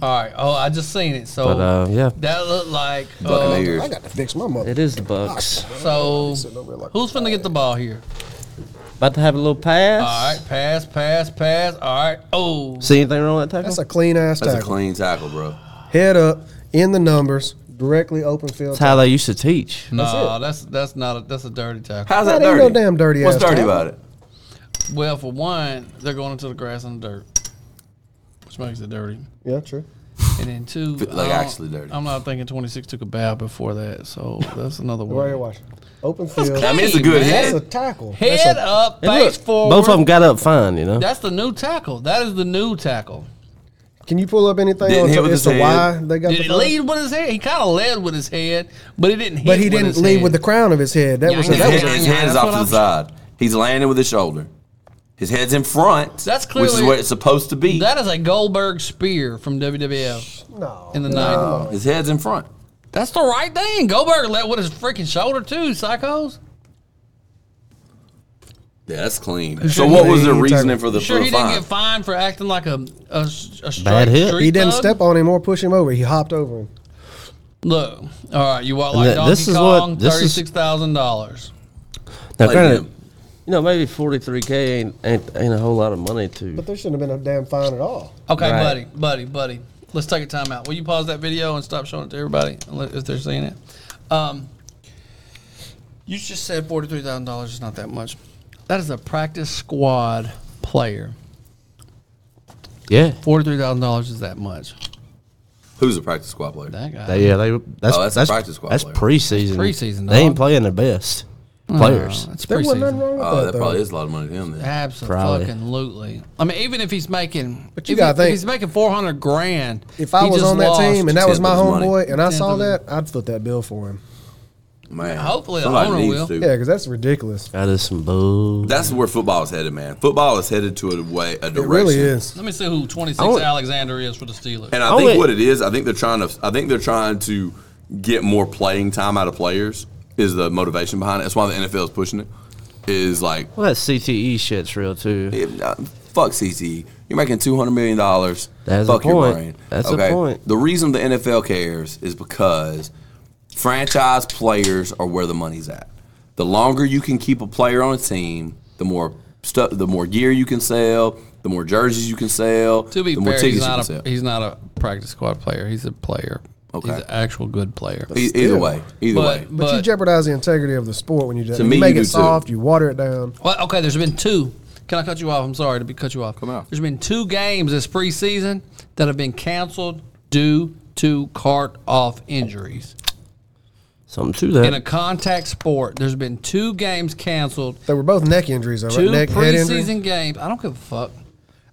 All right. Oh, I just seen it. So But uh, yeah, that looked like. Uh, Buccaneers. I got to fix my mother. it is the Bucks. so over there like- who's finna get the ball here? About to have a little pass. All right. Pass. Pass. Pass. All right. Oh. See anything wrong with that tackle? That's a clean ass That's a tackle. clean tackle, bro. Head up in the numbers, directly open field. That's how they used to teach. No, that's that's not a, that's a dirty tackle. How's that, That ain't dirty? no damn dirty What's ass dirty tackle. about it? Well, for one, they're going into the grass and the dirt, which makes it dirty. Yeah, true. And then two, Like, I don't- actually dirty. I'm not thinking 26 took a bow before that, so that's another Right here, one. watch. Open field. I mean, it's a Hey, good man. hit. That's a tackle. That's Head a- up, And look, face forward. Both of them got up fine, you know. That's the new tackle. That is the new tackle. Can you pull up anything Didn't on hit with it's his the head. why they got Did the he ball? lead with his head? He kind of led with his head, but he didn't. Hit But he with didn't his lead head. with the crown of his head. That Yeah, was he His, that didn't was head, his Yeah, head is that's off to the what side. He's landing with his shoulder. His head's in front. That's Which is clearly- where it's supposed to be. That is a Goldberg spear from WWF no. in the nineties. his head's in front. That's the right thing. Goldberg led with his freaking shoulder too. Psychos. Yeah, that's clean. So what was the Clean reasoning tackle. for the, Sure, for he the didn't fine? get fined for acting like a a, a straight Bad hit. street He didn't thug? step on him or push him over. He hopped over him. Look, all right, you walk And like that- Donkey this is what- Kong. this is- Thirty six thousand dollars. Now, Like granted, him. you know, maybe 43K ain't, ain't, ain't a whole lot of money to. But there shouldn't have been a damn fine at all. Okay, Right. buddy, buddy, buddy. Let's take a time out. Will you pause that video and stop showing it to everybody unless- if they're seeing it? Um, you just said forty-three thousand dollars is not that much. That is a practice squad player. Yeah. Forty-three thousand dollars is that much. Who's a practice squad player? That guy. They- yeah, they, that's, Oh, that's that's, a that's, practice squad player. preseason. Preseason, They ain't dog. playing the best players. That's There wasn't nothing preseason. wrong with Oh, that, that though. probably is a lot of money to him. Then. Probably. Absolutely. I mean, even if he's making, But you if gotta he- think- if he's making four hundred grand. If I he was just on that lost- team and that was my tenth of his money. homeboy and I Tenth saw of his- that, I'd foot that bill for him. Man, Hopefully the somebody owner needs will. to. Yeah, because that's ridiculous. That is some bull. That's where football is headed, man. Football is headed to a way, a direction. It really is. Let me see who twenty six I want- Alexander is for the Steelers. And I Oh, think wait. what it is, I think they're trying to, I think they're trying to get more playing time out of players. Is the motivation behind it? That's why the NFL is pushing it. Is like, Well, that CTE shit's real too. if- uh, fuck CTE. You're making two hundred million dollars. That's a fuck your point. brain. That's a point. The reason the NFL cares is because franchise players are where the money's at. The longer you can keep a player on a team, the more stuff, the more gear you can sell, the more jerseys you can sell, To be the more fair, he's tickets you can not sell. a he's not a practice squad player. He's a player. Okay. He's an actual good player. E- either Still. way, either way. But, But, you but jeopardize the integrity of the sport when you do that. To you me, make you it do too. soft, you water it down. well, okay, there's been two. Can I cut you off? I'm sorry to be cut you off. Come out. There's been two games this preseason that have been canceled due to cart off injuries. Something to In a that. contact sport, there's been two games canceled. They were both neck injuries, though, Two right? Neck, head injury. preseason games. I don't give a fuck.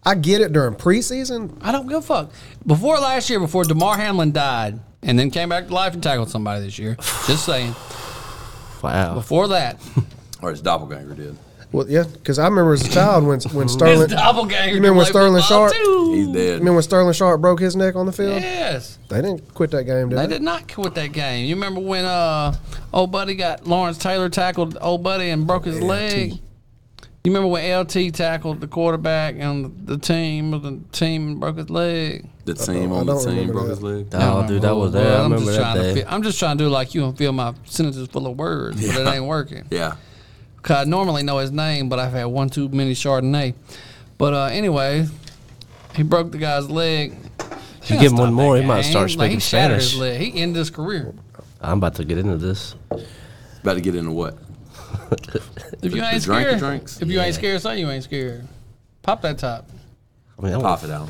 I get it during preseason. I don't give a fuck. Before last year, before DeMar Hamlin died and then came back to life and tackled somebody this year. Just saying. Wow. Before that, or his doppelganger did. Well, yeah, because I remember as a child when when his Sterling. doppelganger. You remember when played Sterling football Sharp- too. He's dead. Remember when Sterling Sharp broke his neck on the field? Yes. They didn't quit that game, did They they? did not quit that game. You remember when uh old buddy got Lawrence Taylor tackled old buddy and broke his leg? You remember when LT tackled the quarterback and the team of the team and broke his leg? The team I on the don't team remember broke that. his leg. Oh, dude, that was there. I am remember just that trying to day. Feel, I'm just trying to do like you and fill my sentences full of words, but it ain't working. Yeah. Cause I normally know his name, but I've had one too many Chardonnay. But uh, anyway, he broke the guy's leg. you He give him gotta stop one more, that he might game. start Like, speaking he shattered his Spanish. leg. He ended his career. I'm about to get into this. About to get into what? If you The- ain't the drink scared, he drinks? if you ain't scared, son, you ain't scared. Pop that top. I mean, oh, Oh, Pop it out.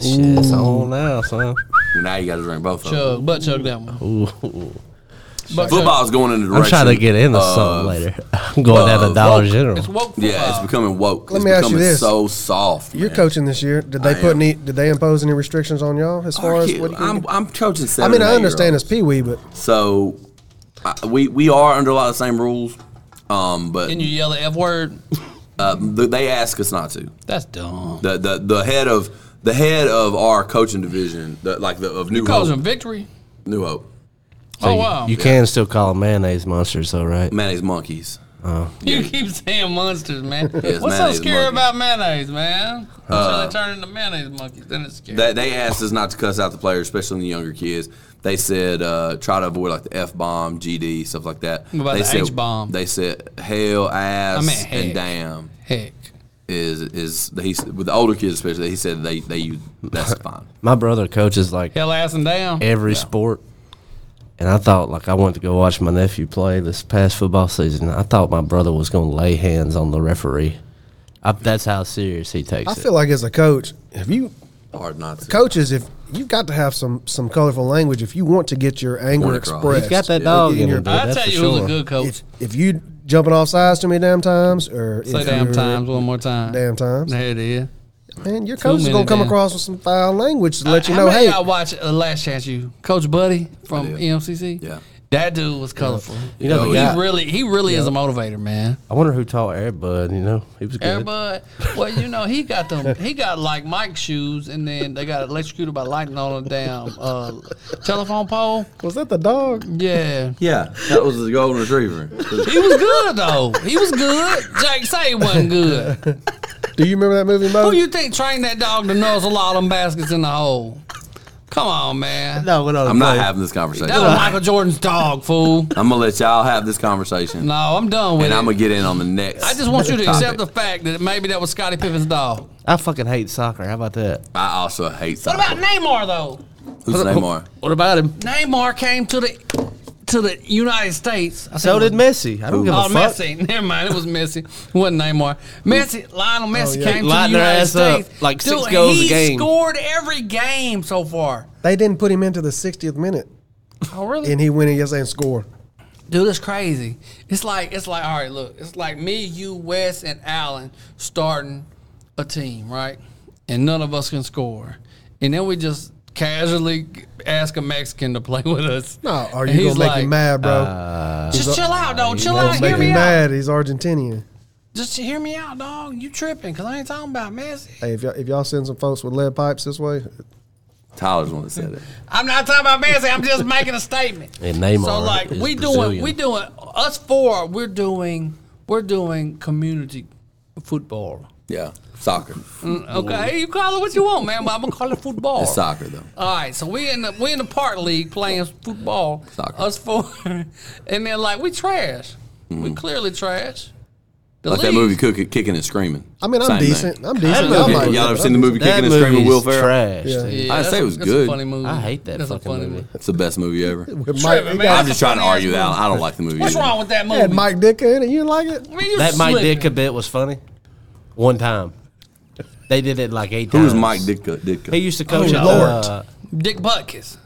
Shit, it's on now, son. Now you got to drink both of them. Chug, butt chug that one. Ooh. Butt Football's going in the I'm direction. trying to get into something of- later. I'm going down uh, to Dollar woke. chug. General. uh, It's woke football. Yeah, it's becoming woke. Let it's me ask you becoming this. so soft. You're man. coaching this year. Did they I put am. any? Did they impose any restrictions on y'all as far Our as kid- what you can? I'm, I'm coaching I seven. mean, and I understand eight-year-olds. it's Pee Wee, but So I, we we are under a lot of the same rules, um, but Can you yell the F word? uh, th- they ask us not to. That's dumb. The the the head of the head of our coaching division, the, like the of New Calls Hope, him victory. New Hope, So oh you- wow. You, can still call them mayonnaise monsters, though, right? Manny's monkeys. You keep saying monsters, man. Yes, What's so mayonnaise scary monkey. Uh, about mayonnaise, man? Until they turn into mayonnaise monkeys, then it's scary. They, they asked us not to cuss out the players, especially the younger kids. They said uh, try to avoid like the f bomb, GD, stuff like that. What about they the said H-bomb? They said hell, ass, I meant and heck. damn Heck. is is he with the older kids especially. He said they they use that's fine. My brother coaches like Hell ass and down. every sport. And I thought, like, I went to go watch my nephew play this past football season. I thought my brother was going to lay hands on the referee. I, that's how serious he takes I it. feel like as a coach, if you Hard not to. coaches, if you've got to have some some colorful language if you want to get your anger Point across. expressed. He's got that Yeah. dog in You're- him, dude, I that's tell for you sure. who's a good coach. If, if you jumping off sides too many damn times, or Say if damn you're- times one more time. damn times, There it is. man, your coach is many gonna come damn. across with some foul language to let you How know, many of hey, y'all watch uh, Last Chance You? Coach Buddy from did. EMCC? Yeah. That dude was colorful. You know, Oh, the yeah. guy, He really, he really is a motivator, man. I wonder who taught Air Bud. You know, he was good. Air Bud, well, you know, he got them. He got like Mike's shoes, and then they got electrocuted by lightning on a damn uh, telephone pole. Was that the dog? Yeah, Yeah, that was the golden retriever. he was good though. He was good. Jake say he wasn't good. Do you remember that movie, Mo? Who Oh, you think trained that dog to nuzzle all them baskets in the hole? Come on, man. No, what I'm not having this conversation. That was Michael Jordan's dog, fool. I'm gonna let y'all have this conversation, No, I'm done with and it. I'm gonna get in on the next. I just want you to topic. accept the fact that maybe that was Scottie Pippen's dog. I fucking hate soccer. How about that? I also hate What soccer. about Neymar though? Who's Neymar? What about him? Neymar came to the to the United States. I think So it was- did Messi. I don't give Oh, a fuck. Messi. Never mind. It was Messi. It wasn't Neymar. Messi, Lionel Messi yeah. came Oh, Lighten to their the United ass up, States. like six goals a he game. scored every game so far. They didn't put him into the 60th minute, Oh, really? and he went in yesterday and scored. Dude, it's crazy. It's like it's like all right, look, it's like me, you, Wes, and Allen starting a team, right? And none of us can score, and then we just casually ask a Mexican to play with us. No, are And you gonna he's make like, uh, him mad, bro? Just chill out, dog. Chill Don't out. make Hear me him out. mad. He's Argentinian. Just hear me out, dog. You tripping? Cause I ain't talking about Messi. Hey, if y'all, if y'all send some folks with lead pipes this way, Tyler's the one that said it. I'm not talking about Messi. I'm just making a statement. And Neymar. So like is we doing Brazilian. we doing us four we're doing we're doing community football. Yeah, soccer. Okay, you call it what you want, man, but I'm gonna call it football. It's soccer though. All right, so we in the we in the park league playing football. Soccer. Us four, and then like we trash. We clearly trash. The Mm-hmm. Like that league- movie Cook, Kicking and Screaming. I mean, I'm Same thing. decent. I'm decent. movie- I might- Y'all ever seen the movie that Kicking and Screaming? movie's Will Ferrell. trash. Yeah. dude. I'd that's say it a- was that's a good. funny movie. I hate that That's a fucking funny movie. It's the best movie ever. Tripping, With Mike, man. he got- I'm just trying to argue it out. I don't like the movie. What's either. wrong with that movie? had Mike Ditka in it. You like it? I mean, you That Mike slick. Ditka bit was funny. One time, they did it like eight Who times. is Mike Ditka? He Ditka. used to coach. Oh, at, Lord. uh, Dick Butkus.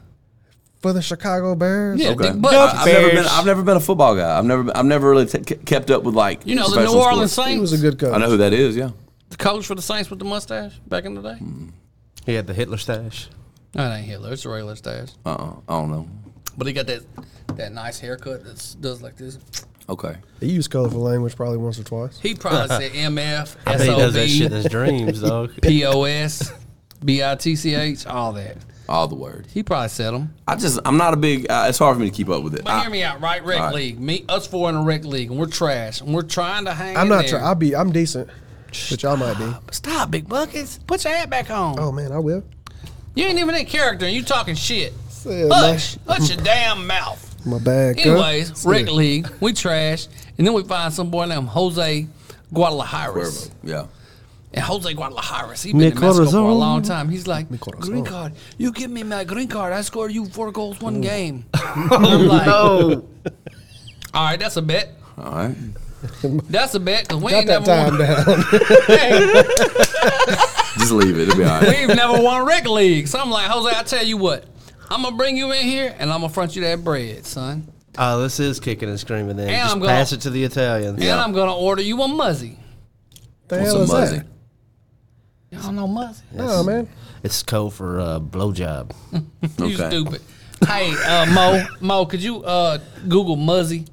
For the Chicago Bears? Yeah, Okay. Dick I, Butkus. have never been. Bears. I've never been a football guy. I've never. I've never really t- kept up with like. You know the New professional Orleans sports. He was Saints. a good coach. I know who that is. Yeah. the coach for the Saints with the mustache back in the day. Mm. he had the Hitler stash. No, it ain't Hitler. It's a regular stash. Uh. uh I don't know. But he got that that nice haircut that does like this. Okay. He used colorful language probably once or twice. He probably said MF, I bet he does that shit SOB, in his dreams, dog. POS, BITCH, all that. All the word. He probably said them. I just. I'm not a big. Uh, it's hard for me to keep up with it. But I- hear me out, right? Rec All right. league. Me, us four in a rec league, and we're trash, and we're trying to hang. I'm in not there. trying. I'll be. I'm decent, but y'all might be. Stop, big buckets. Put your hat back on. Oh man, I will. You ain't even in character, and you talking shit. Said Hush, hush your damn mouth. my, my bag. huh? Anyways, Said, rec league, we trash, and then we find some boy named Jose Wherever. Guadalajara. Yeah. And Jose Guadalajara, he's been in Mexico for a corazón. long time. He's like, corazón. green card. You give me my green card. I scored you four goals one game. I'm like, all right, that's a bet. All right. That's a bet because we Got ain't that never time won. down. Just leave it. It'll be all right. We've never won rec league. So I'm like, Jose, I tell you what, I'm gonna bring you in here and I'm gonna front you that bread, son. Oh, this is kicking and screaming. Then And just I'm gonna- pass it to the Italians. Yeah. And I'm gonna order you a muzzy. the Want hell some is muzzy. that? Y'all know muzzy. No man. It's code for uh, blowjob. You Okay. stupid. Hey, uh, Mo, Mo, could you uh, Google Muzzy?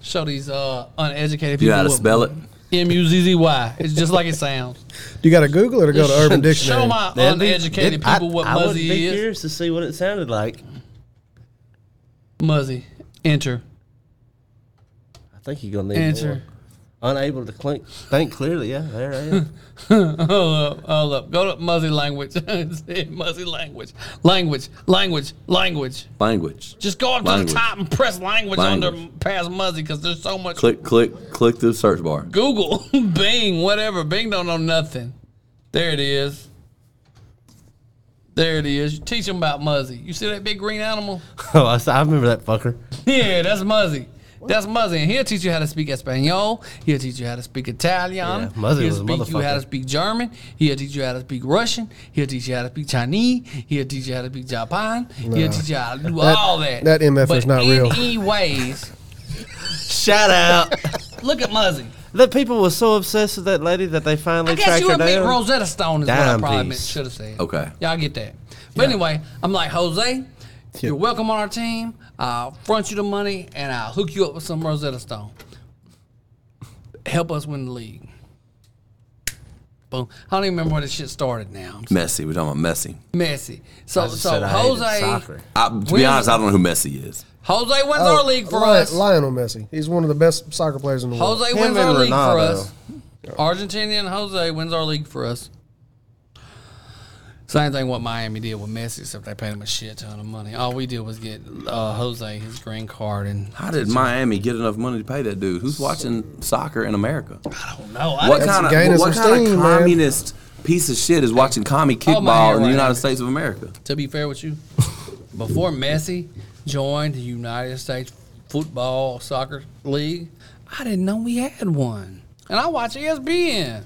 Show these uh, uneducated people. You know how to spell it? M U Z Z Y. It's just like it sounds. You got to Google it or go to Urban Show Dictionary. my That'd be- uneducated that- people what I, I would be Muzzy is. curious to see what it sounded like. Muzzy. Enter. I think you're gonna need Enter. more. Unable to clink, think clearly. Yeah, there I am. Hold up. Hold Uh, up. Go to Muzzy language. Say Muzzy language. Language. Language. Language. Language. Just go up to Language. the top and press language, under Language. past Muzzy because there's so much. Click. Click. Click the search bar. Google, Bing, whatever. Bing don't know nothing. There it is. There it is. You teach them about Muzzy. You see that big green animal? oh, I, s- I remember that fucker. yeah, that's Muzzy. That's Muzzy. And he'll teach you how to speak Espanol. He'll teach you how to speak Italian. Yeah, Muzzy he'll was a speak you how to motherfucker. speak German. He'll teach you how to speak Russian. He'll teach you how to speak Chinese. He'll teach you how to speak Japan. He'll teach you how to do That- all that. that MF But is not real. Anyways, Shout out. look at Muzzy. the people were so obsessed with that lady that they I finally guess tracked you her admit down. Rosetta Stone is Dime what I probably piece. should have said. Okay. Y'all get that. But anyway, I'm like, Jose, you're welcome on our team. I'll front you the money and I'll hook you up with some Rosetta Stone. Help us win the league. Boom. I don't even remember where this shit started now. I'm Messi. We're talking about Messi. Messi. So just so said I hated Jose soccer. Oh, I, to be When's- honest, I don't know who Messi is. Jose wins our league for Lion- us. Oh, Lionel Messi. He's one of the best soccer players in the world. Jose Him wins and our league for Ronaldo. us. Argentinian Jose wins our league for us. Same thing what Miami did with Messi, except they paid him a shit ton of money. All we did was get uh, Jose his green card, and How did Miami get enough money to pay that dude? Who's watching soccer in America? I don't know. I What didn't- kind gaining of what some kind of steam, man. communist piece of shit is watching commie Oh, my kickball hair in the right United here. States of America? to be fair with you, before Messi joined the United States Football Soccer League, I didn't know we had one, and I watch E ESPN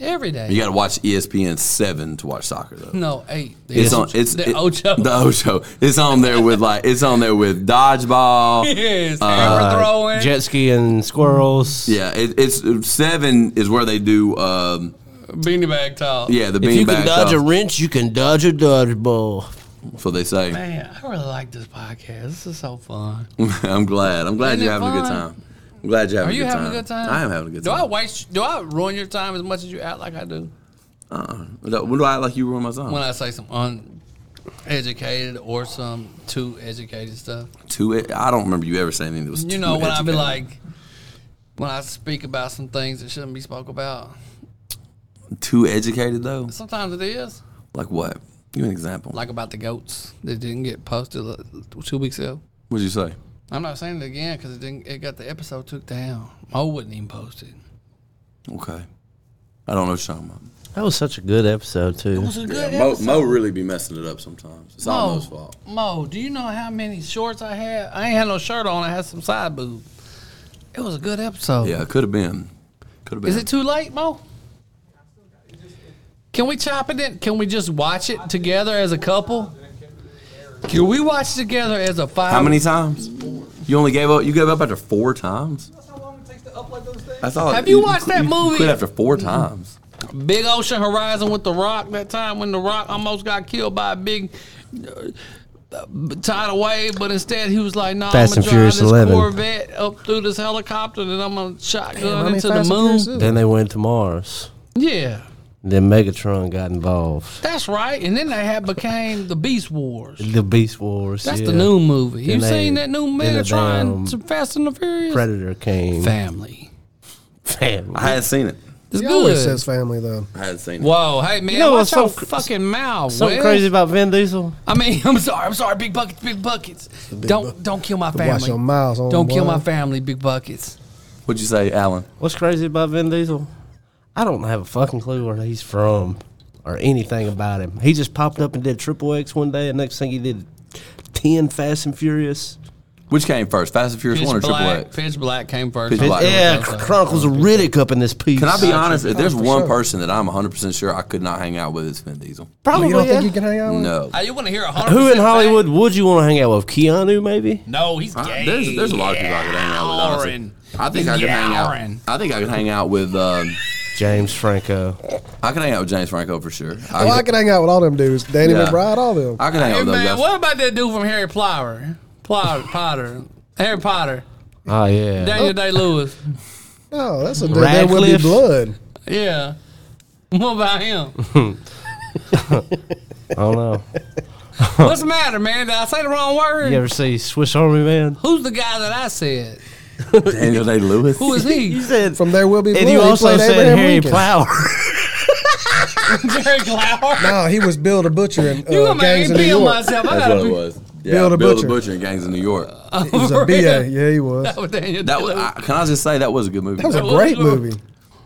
every day. You got to watch E ESPN seven to watch soccer though. No, eight. The It's Ocho- on. It's the it- Ocho. The Ocho. It's on there with like. It's on there with dodgeball. yes, hammer throwing. jet ski and squirrels. Yeah, it, it's seven is where they do. Um, Beanie bag talk. yeah, the If you can beanbag. dodge a toss. wrench, you can dodge a dodgeball. That's what they say. Man, I really like this podcast. This is so fun. I'm glad. I'm glad Isn't you're it having a good fun? time. I'm glad you're Are having, you a, good having time. a good time? I am having a good do time. I waste? Do I ruin your time as much as you act like I do Uh, Do- When do I like you ruin my song? when I say some uneducated or some too educated stuff? Two. e, I don't remember you ever saying anything that was. You too know, when I be educated. like, when I speak about some things that shouldn't be spoke about. too educated though. Sometimes it is Like what? Give me an example. like about the goats that didn't get posted uh, two weeks ago. What'd you say? I'm not saying it again because it didn't. It got the episode took down. Mo wouldn't even post it. Okay. I don't know what you're talking about. That was such a good episode too. It was a good Mo, episode. Mo really be messing it up sometimes. It's all Mo, Mo's fault. Mo, do you know how many shorts I had? I ain't had no shirt on. I had some side boob. It was a good episode. Yeah, it could have been. Could have been. Is it too late, Mo? Can we chop it in? Can we just watch it together as a couple? Can we watch it together as a five? How many times? You only gave up. You gave up after four times. That's all. Have you watched that movie? Quit after four times. Big Ocean Horizon with The Rock that time when The Rock almost got killed by a big uh, tidal wave, but instead he was like, "No, nah, I'm Fast gonna and drive Furious this 11. Corvette up through this helicopter, and I'm gonna Damn, how shotgun many into the Fast and Furious moon." is it? Then they went to Mars. Yeah, Then Megatron got involved. that's right. And then they had became the Beast Wars. The Beast Wars. That's yeah. the new movie. You Then seen they- that new then they Megatron, damn some Fast and the Furious Predator came. family. Family. I had seen it. It's He good. always says family though. I had seen it. Whoa, hey man, know what's what's your so cr- fucking mouth? Something Wes? crazy about Vin Diesel? I mean, I'm sorry. I'm sorry. Big buckets, big buckets. don't don't kill my family. your mouth, homeboy. don't kill my family, big buckets. What'd you say, Alan? What's crazy about Vin Diesel? I don't have a fucking clue where he's from or anything about him. He just popped up and did Triple X one day, and next thing he did 10 Fast and Furious. Which came first, Fast and Furious Pitch One or Triple black. X? Pitch black came first. Pitch Black. Yeah, Chronicles of Riddick up in this piece. Can I be honest? If there's for one sure. person that I'm 100 percent sure I could not hang out with, it's Vin Diesel. Probably. You don't yeah. think you can hang out? with? No. Hey, you want to hear a hundred? Who in percent Hollywood fact? would you want to hang out with? Keanu, maybe? No, he's I- gay. Uh, there's there's a lot of people I could hang out with. Honestly. I think I could hang out. Yowering. I think I could hang out with. Um, James Franco. I could hang out with James Franco for sure. Oh, I could- can hang out with all them dudes. Danny Yeah. McBride, all them. I could hang out Hey, with those man, guys. what about that dude from Harry Potter? Potter, Potter, Harry Potter, Oh, yeah. Daniel Day Lewis. No, that's a dude. That would be Radcliffe. blood. Yeah. What about him? I don't know. What's the matter, man? Did I say the wrong word? You ever see Swiss Army Man? Who's the guy that I said? Daniel Day Lewis. Who is he? said. From there will be blood. And you He also played said Abraham Harry Lincoln. Plower. Jerry Clower. No, he was Bill the Butcher in You uh, gonna make Gangs me in New peel York. myself? I That's gotta what be it was. Yeah, Bill Bill the the Butcher. Butcher, in Gangs of New York. He was a BA. Yeah, he was. Oh, Daniel that was, Day-Lewis. I, can I just say that was a good movie. That was a was great good. movie.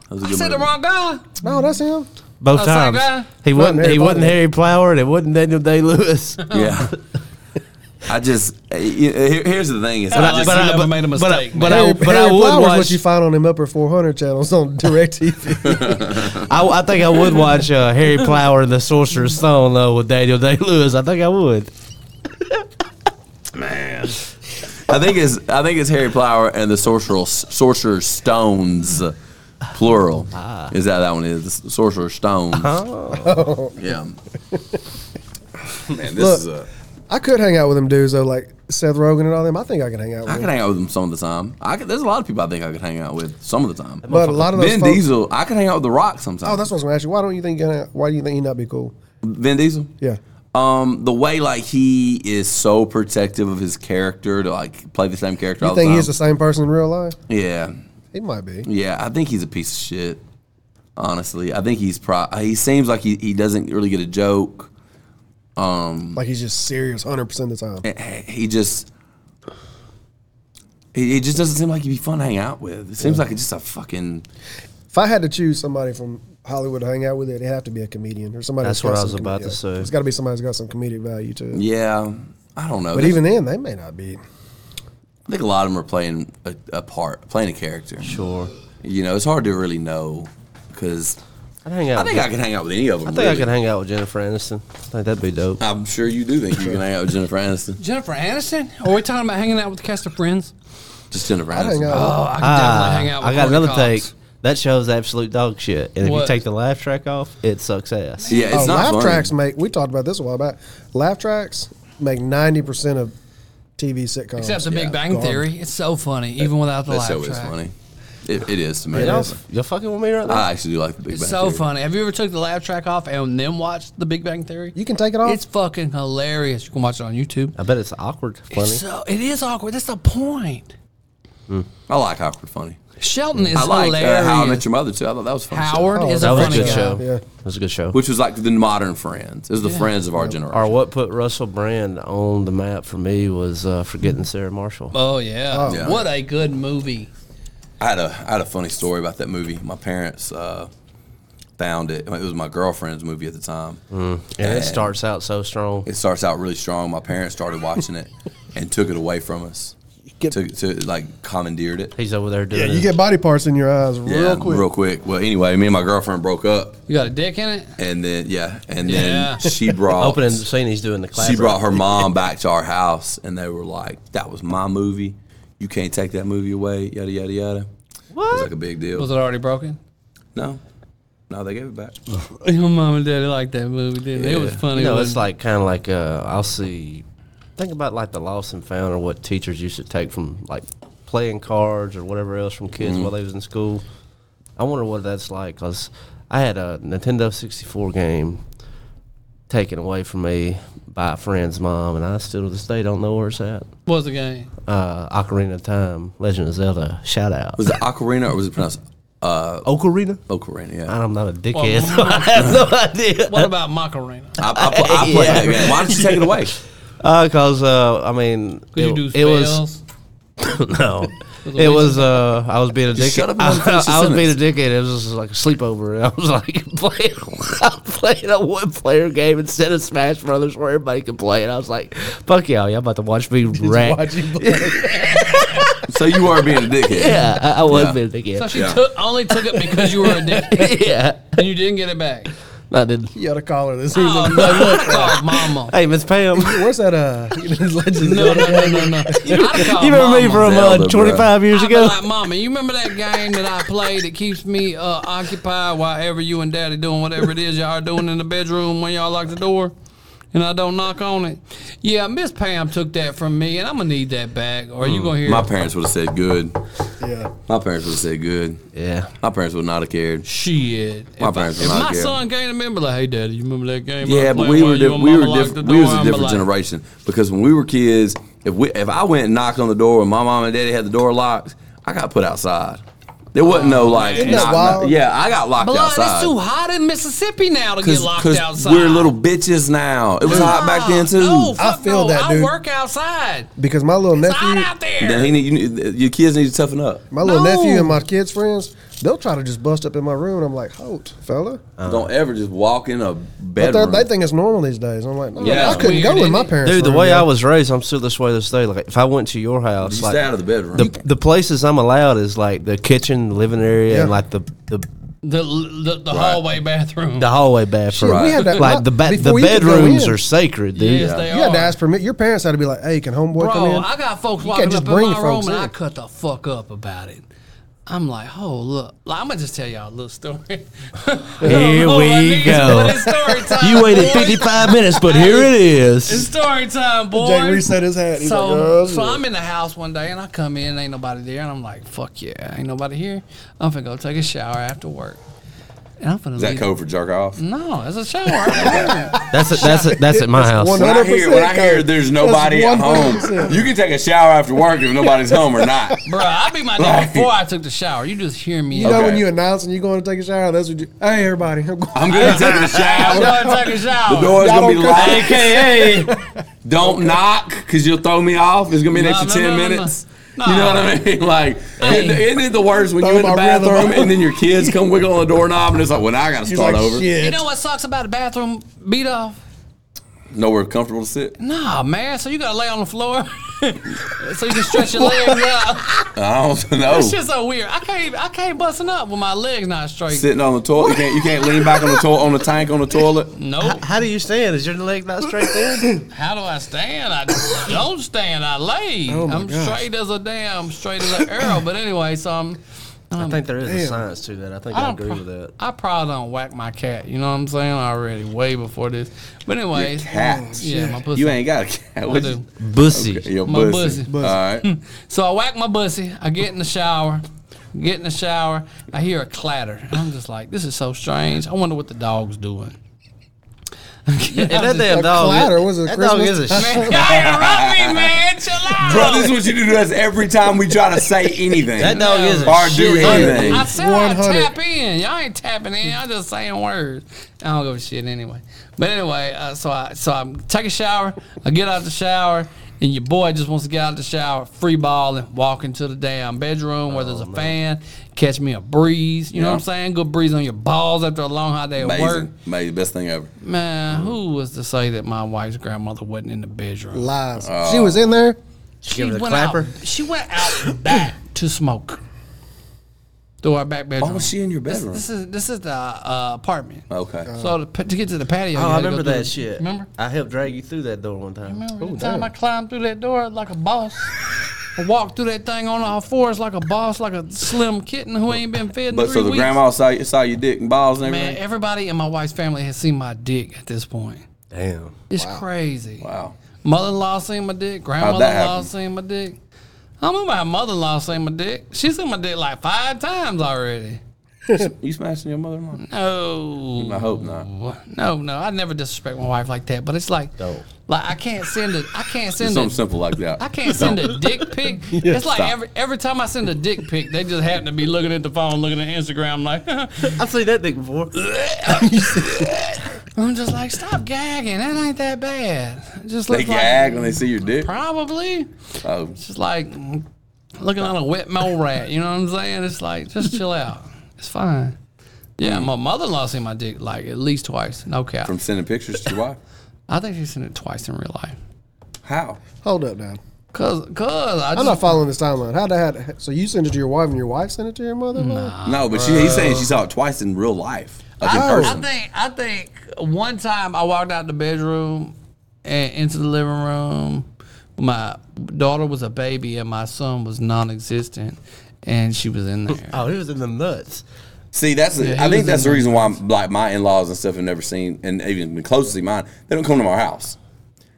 was a I good said the movie. wrong guy. No, that's him. Both Oh, same times. guy? He wasn't. Harry He wasn't Potter. Harry Plower. and It wasn't Daniel Day Lewis. Yeah. I just uh, you- uh, here- here's the thing is I I like just but I- never but- made a but I- mistake, But Harry, I, but I Harry would Flowers, watch. what you find on them upper 400 channels on DirecTV. I, I think I would watch uh, Harry Plower and the Sorcerer's Stone though with Daniel Day Lewis. I think I would. I think it's I think it's Harry Plower and the Sorcerer's Sorcerer's Stones, plural. Is that that one is the Sorcerer's Stones? Yeah. Man, this is a I could hang out with them dudes though, like Seth Rogen and all them. I think I can hang out with I them. could hang out with them some of the time. I could, there's a lot of people I think I could hang out with some of the time. But a lot of those Vin folks- Diesel, I could hang out with The Rock sometimes. Oh, that's what I was gonna ask you. Why don't you think? Gonna, why do you think he not be cool? Vin Diesel. Yeah. Um, the way like he is so protective of his character to like play the same character You all the think time. he is the same person in real life? um, yeah, He might be. yeah. I think he's a piece of shit. Honestly, I think he's pro. He seems like he, he doesn't really get a joke. Like he's just serious, hundred percent of the time. Eh, He just he, he just doesn't seem like he'd be fun to hang out with. It seems like it's just a fucking If I had to choose somebody from Hollywood to hang out with, it'd have to be a comedian or somebody. That's that's got what I some was about to say. It's got to be somebody who's got some comedic value to it. yeah. I don't know. But even then, they may not be. I think a lot of them are playing a, a part, playing a character. Sure. You know, it's hard to really know because I'd hang out. I think with, I could hang out with any of them. I think I could hang out with Jennifer Aniston. I think that'd be dope. I'm sure you do think you can hang out with Jennifer Aniston. Jennifer Aniston? Are we talking about hanging out with the cast of friends? Just Jennifer I hang Aniston. out. Oh, I can Ah, definitely hang out with I got Courtney another Cox. take. That show's absolute dog shit. And if What? you take the laugh track off, it sucks ass. Yeah, it's oh, not laugh fun. tracks make. We talked about this a while back. Laugh tracks make ninety percent of TV sitcoms. Except the Big Bang Garbage. Theory. It's so funny, even without the That laugh show is track. funny. It, it is to me. It Y'all, is. y'all fucking with me right now? Uh, I actually do like the Big It's Bang so Theory. funny. Have you ever took the laugh track off and then watched the Big Bang Theory? You can take it off. It's fucking hilarious. You can watch it on YouTube. I bet it's awkward. Funny. It's so it is awkward. That's the point. I like awkward funny. Shelton is I like uh, hilarious. How I Met Your Mother too. I thought that was a fun. show. Howard Oh, is that a was a funny good guy. show. Yeah. That was a good show. which was like the modern Friends. It was the Friends of our generation. Or what put Russell Brand on the map for me was uh, forgetting Sarah Marshall. Oh yeah. Yeah. What a good movie. I had a I had a funny story about that movie. My parents uh, found it. It was my girlfriend's movie at the time. Mm. and it starts out so strong. It starts out really strong. My parents started watching it and took it away from us. Get- took to like commandeered it. He's over there doing. yeah, you his- get body parts in your eyes Yeah, real quick. real quick. Well, anyway, me and my girlfriend broke up, You got a dick in it? and then yeah, and Yeah. then she brought opening scene. He's doing the clap. she brought her mom back to our house, and they were like, "That was my movie. You can't take that movie away." Yada yada yada. It was What? like a big deal. Was it already broken? No, no, they gave it back. Your mom and daddy liked that movie, didn't they? It was Yeah. funny. You know, wasn't it's it? like kind of like uh, I'll see. Think about like the lost and found, or what teachers used to take from like playing cards or whatever else from kids Mm-hmm. while they was in school. I wonder what that's like because I had a Nintendo sixty four game taken away from me by a friend's mom, and I still to this day don't know where it's at. what was the game? Uh, Ocarina of Time, Legend of Zelda, shout out. Was it Ocarina or was it pronounced Ocarina? Ocarina? Yeah, I'm not a dickhead, so I have no idea. What about Macarena? I, I, pl- I played that game. Why did you take it away? Because uh, I mean, Could you do it- it was spells? No, a it was. Uh, I was being a Just dickhead. shut up and let him I, finish the I was being a dickhead. It was just like a sleepover. And I was like playing, I'm playing a one player game instead of Smash Brothers where everybody can play. And I was like, "Fuck y'all, y'all about to watch me rant." Watch you play. So you are being a dickhead. yeah, I, I was Yeah. being a So dickhead. she Yeah. took, only took it because you were a dick yeah, and you didn't get it back. I did. you gotta call her this season. Oh, no, look, call mama. Hey, Miss Pam, you Where's that? Uh, Legends of No, no, Zelda? no, no, no. You remember me from Zelda, uh, bruh. 25 years I'd be ago? like, Mama, you remember that game that I played that keeps me uh, occupied while ever you and Daddy doing whatever it is y'all are doing in the bedroom when y'all lock the door and I don't knock on it? Yeah, Miss Pam took that from me, and I'm going to need that back, or you going to hear Mm, My parents would have said good. Yeah. My parents would have said good. yeah, My parents would not have cared. shit. My if I- parents if were not my good. son came to me and be like, hey, Daddy, you remember that game? I Yeah, but played we while were you di- and we Mama were locked different. the We was door?" a I'd be different like, generation because when we were kids, if we if I went and knocked on the door and my mom and daddy had the door locked, I got put outside. There wasn't no like, Isn't that knock- wild? knock- yeah, I got locked Blood, it's outside. too hot in Mississippi now to get locked outside. we're little bitches now. It was hot back then too. No, I fuck feel no. that, I dude. work outside. Because my little It's hot nephew, out Then there. he need, you need, your kids need to toughen up. my little No. nephew and my kids' friends, they'll try to just bust up in my room. And I'm like, "Holt, fella." Don't ever just walk in a But they're- bedroom. they think it's normal these days. I'm like, no, Yeah, I couldn't weird, go in isn't my it? parents. dude. The room, way yeah. I was raised, I'm still this way this day. Like, if I went to your house, you like, stay out of the bedroom. the the place is I'm allowed is like the kitchen, living area, and Yeah. like the the, The the, the hallway bathroom. the hallway bathroom. Shit, we had that- like the ba- the before you could go bedrooms in. are sacred, dude. yes, they You had are. to ask permit. Your parents had to be like, "Hey, can homeboy come Bro, in?" I got folks walking just up in bring my room folks and in. I cut the fuck up about it. I'm like, oh look, like, I'm gonna just tell y'all a little story. Here Lord, we niggas, go. It's story time. You waited boy. 55 minutes, but here it It's is. story time, boy. Jake reset his hat. He's like, So, "Oh, so look." I'm in the house one day and I come in, ain't nobody there, and I'm like, fuck yeah, ain't nobody here. I'm finna go take a shower after work, and I'm finna Is that leave. code for jerk off? No, it's a shower. after work. That's it. That's it. That's at my house. one- When I hear, when I hear 100% there's nobody at home, 100%. you can take a shower after work if nobody's home or not. Bruh, I be my Like- nigga before I took the shower. You just hear me. You know when Okay. you announce and you're going to take a shower, that's what you. Hey everybody, I'm going. I'm gonna take a I'm shower. going to take a shower. The door's Y'all gonna be don't locked. AKA, don't knock because you'll throw me off. It's gonna be an No, extra no, ten no, no, no. minutes. No. You know what I mean? Like, isn't, isn't it the worst when Throw you're in the my rhythm bathroom off. and then your kids come wiggle on the doorknob and it's like, well, now I gotta He's start like, over. shit. You know what sucks about a bathroom beat off? Nowhere comfortable to sit. Nah, man. So you gotta lay on the floor, so you can stretch your legs Oh. out. I don't know. It's just so weird. I can't. I can't busting up with my legs not straight. Sitting on the toilet, you can't you can't lean back on the toilet on the tank on the toilet. Nope. How do you stand? Is your leg not straight there? How do I stand? I don't stand. I lay. Oh my I'm gosh. straight as a damn, straight as an arrow. But anyway, so I'm. I think there is a science to that. I think I I don't agree pro- with that. I probably don't whack my cat. You know what I'm saying? Already, way before this. But anyways, Cat. yeah, my pussy. You ain't got a cat. What I you? do. Bussy. Your My pussy. pussy. All right. So I whack my bussy. I get in the shower. Get in the shower. I hear a clatter. I'm just like, this is so strange. I wonder what the dog's doing. And that damn A dog. clatter, was it that dog is Christmas? a shit. Y'all interrupt me, man. Chill out. Bro, this is what you do to us every time we try to say anything. That dog is a Or do shit. anything. I said I 100. tap in. Y'all ain't tapping in. Y'all just saying words. I don't give a shit anyway. But anyway, uh, so I so I take a shower. I get out the shower, and your boy just wants to get out the shower, free ball, and walk into the damn bedroom where there's a fan. Catch me a breeze. You know Yeah. what I'm saying? Good breeze on your balls after a long hot day at work. Amazing. Amazing. Best thing ever. Man, who was to say that my wife's grandmother wasn't in the bedroom? Lies. she was in there. She her the went out. clapper. She went out back to smoke. Through our back bedroom. Why was Oh, she in your This, bedroom? this is this is the uh, apartment. okay. So to, p- to get to the patio, Oh, you I had to go remember through that the- shit. Remember? I helped drag you through that door one time. Remember the time I climbed through that door like a boss. I walked through that thing on all fours like a boss, like a slim kitten who ain't been fed in but three so the weeks. grandma saw you, saw your dick and balls and Man, everything. everybody in my wife's family has seen my dick at this point. Damn. It's crazy. wow. Mother-in-law seen my dick. Grandmother-in-law happen? seen my dick. I remember my mother-in-law seen my dick. She seen my dick like five times already. You smashing your mother-in-law? No. I hope not. No, no, I never disrespect my wife like that. But it's like, No. like I can't send a, I can't send Something a, simple like that. I can't send a dick pic. it's like Stop. every every time I send a dick pic, they just happen to be looking at the phone, looking at Instagram. Like, I've seen that thing before. I'm just like, stop gagging. That ain't that bad. It Just They look like gag when they see your dick. probably Oh, just like mm, looking at a wet mole rat. You know what I'm saying? It's like just chill out. It's fine. Yeah, my mother-in-law seen my dick like at least twice. No cap. from sending pictures to your wife. I think she's seen it twice in real life. How? Hold up now. Cause, cause I I'm just, not following this timeline. How that? had- So you sent it to your wife, and your wife sent it to your mother. Nah. Ah, No, but she, he's saying she saw it twice in real life, like in I, Oh. I person. think I think one time I walked out the bedroom and into the living room. My daughter was a baby and my son was non-existent, and she was in there. Oh, he was in the nuts. See, that's Yeah, he I was think in that's the the- reason why like my in laws and stuff have never seen and even been close to see mine. They don't come to my house.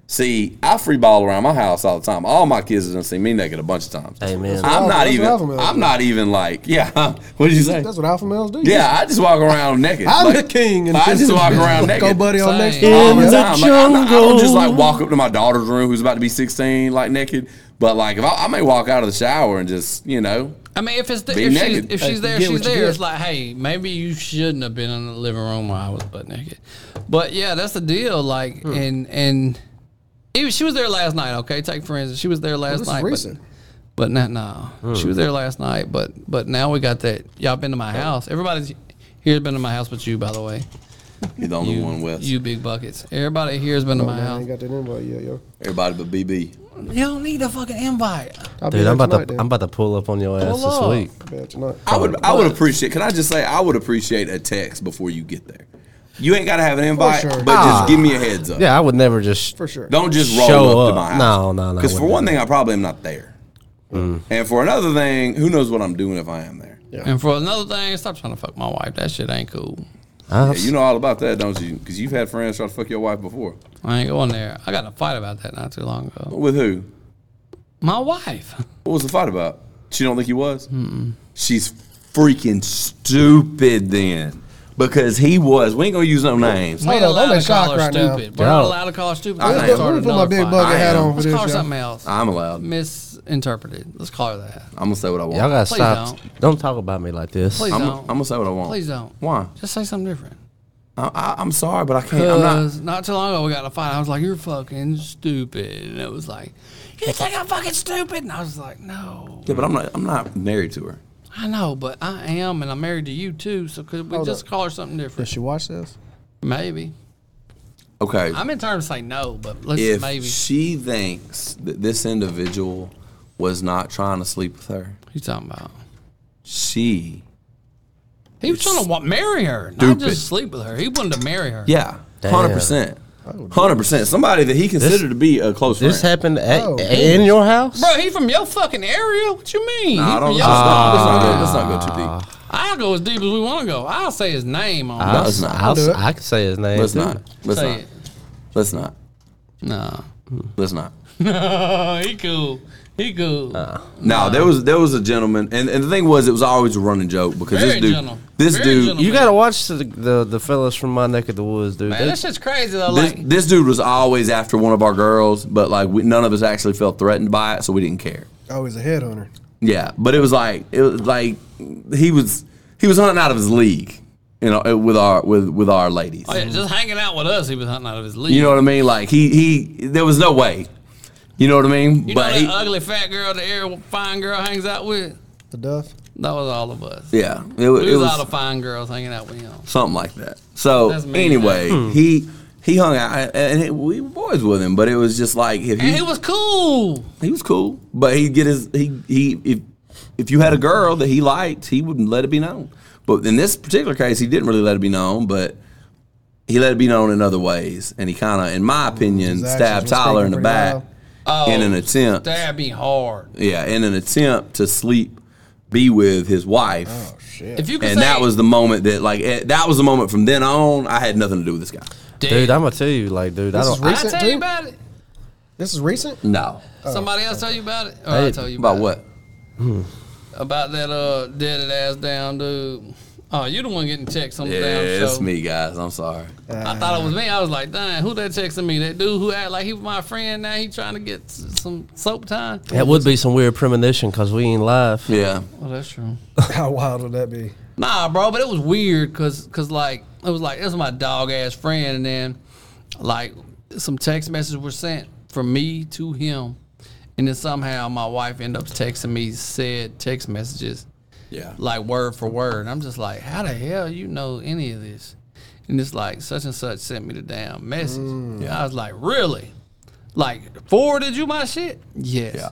See, I free ball around my house all the time. All my kids have done seen me naked a bunch of times. Hey, man. I'm Alpha- not that's even. what alpha males I'm do. not even like. Yeah. What did you say? That's what alpha males do. Yeah, I just walk around naked. I'm Like, the king. and I just walk around Go naked. buddy on Same. next. In all the Yeah. time. Like, I'm not- I don't just like walk up to my daughter's room who's about to be 16 like naked. But like if I, I may walk out of the shower and just you know I mean, if it's the, Be if, she's, naked. if Hey, she's there, get she's what you there. get. It's like, hey, maybe you shouldn't have been in the living room while I was butt naked. But yeah, that's the deal. Like, Hmm. and and even she was there last night. Okay, take for instance, she was there last this is night. recent. But, but not now. She Hmm. was there last night. But but now we got that. Y'all been to my Oh. house. Everybody's here's been to my house, but you, by the way, you're the only one west. you big buckets. Everybody here's been to my I house. ain't got that invite yet, yo. Everybody but BB. You don't need a fucking invite. I'll be Dude, there I'm about tonight, to then. I'm about to pull up on your ass Pull this up. week. I'll be there tonight. I would I would appreciate. Can I just say I would appreciate a text before you get there. You ain't gotta have an invite, sure. but just give me a heads up. Yeah, I would never just for sure. Don't just roll Show up, up. to my house. No, no, no, Because for wouldn't one do thing, I probably am not there, and for another thing, who knows what I'm doing if I am there. Yeah. And for another thing, stop trying to fuck my wife. That shit ain't cool. Yeah, I've, you know all about that, don't you? Because you've had friends try to fuck your wife before. I ain't going there. I got in a fight about that not too long ago. With who? My wife. What was the fight about? She don't think he was. She's freaking stupid then, because he was. We ain't gonna use no names. We ain't Hold on, allowed I'm in to call shock her right now. stupid. We're not Y'all- allowed to call her stupid. I Let's am. start Let me put my another big fight. bucket I hat am. on for Let's this. call her y'all. something else. I'm allowed. I'm Misinterpreted. Let's call her that. gonna say what I want. y'all gotta Please stop. Don't. talk about me like this. Please I'm, don't. I'm gonna say what I want. Please don't. Why? Just say something different. I, I, I'm sorry, but I can't. I'm not. Uh, Because not too long ago, we got in a fight. I was like, you're fucking stupid. And it was like, you think I'm fucking stupid? And I was like, no. Yeah, but I'm not. I'm not married to her. I know, but I am, and I'm married to you too. So could we Hold just up. call her something Does different? she watch this? Maybe. Okay. I'm in terms to say no, but let's if maybe. she thinks that this individual was not trying to sleep with her, He's talking about. she He was trying to wa- marry her, not Stupid. just sleep with her. He wanted to marry her. yeah, Damn. hundred percent, hundred percent. Somebody that he considered to be a close This friend. happened at, Oh, in your house. Bro, he from your fucking area? What you mean? Nah, He I from don't. Ah. your- Ah, Let's not, let's, not go, let's not go too deep. I'll go as deep as we want to go. I'll say his name on I'll, No, it's not. I'll, do it. I can say his name. Let's too. not. it. Let's Say not. it. Let's not. No. Let's not. he cool. He cool. Ah. No, there was there was a gentleman, and, and the thing was, it was always a running joke because Very this dude, gentle. this Very dude, gentle. You gotta watch the, the the fellas from my neck of the woods, dude. Man, They- that shit's crazy though. this, like, this dude was always after one of our girls, but like we, none of us actually felt threatened by it, so we didn't care. Oh, he's a headhunter. Yeah, but it was like it was like he was he was hunting out of his league, you know, with our with with our ladies. oh, yeah, just hanging out with us, he was hunting out of his league. You know what I mean? Like he he there was no way. You know what I mean? You know but that he, ugly fat girl, the air fine girl hangs out with. The Duff. That was all of us. yeah, it, We was- it was, was all the fine girls hanging out with him. something like that. So That's mean. anyway, Hmm. he he hung out and it, we were boys with him, but it was just like if And he you, was cool. he was cool, but he'd get his he he if if you had a girl that he liked, he wouldn't let it be known. But in this particular case, he didn't really let it be known, but he let it be known in other ways, and he kind of, in my opinion, His actions stabbed were Tyler in the speaking back pretty Oh, in an attempt, that'd be hard. yeah, in an attempt to sleep, be with his wife. Oh shit. If you could And say, that was the moment that, like, eh, that was the moment from then on, I had nothing to do with this guy. dude, I'm gonna tell you, like, dude, I This is did don't. I recent, tell you too? about it? this is recent. No. Somebody else tell you about it? Or I Hey, tell you about, Oh. About what? it? About that uh dead ass down dude. Oh, you the one getting texts on the Yeah, damn show. it's me, guys. I'm sorry. I Ah, thought it was me. I was like, dang, who that texting me? That dude who act like he was my friend. Now he trying to get s- some soap time. That would be some weird premonition because we ain't live. Yeah. Oh, that's true. How wild would that be? Nah, bro, but it was weird because cause like it was like it was my dog ass friend, and then like some text messages were sent from me to him, and then somehow my wife ended up texting me said text messages Yeah. like word for word. And I'm just like, how the hell you know any of this? And it's like such and such sent me the damn message. Mm. I was like, really? Like forwarded you my shit? Yes. Yeah.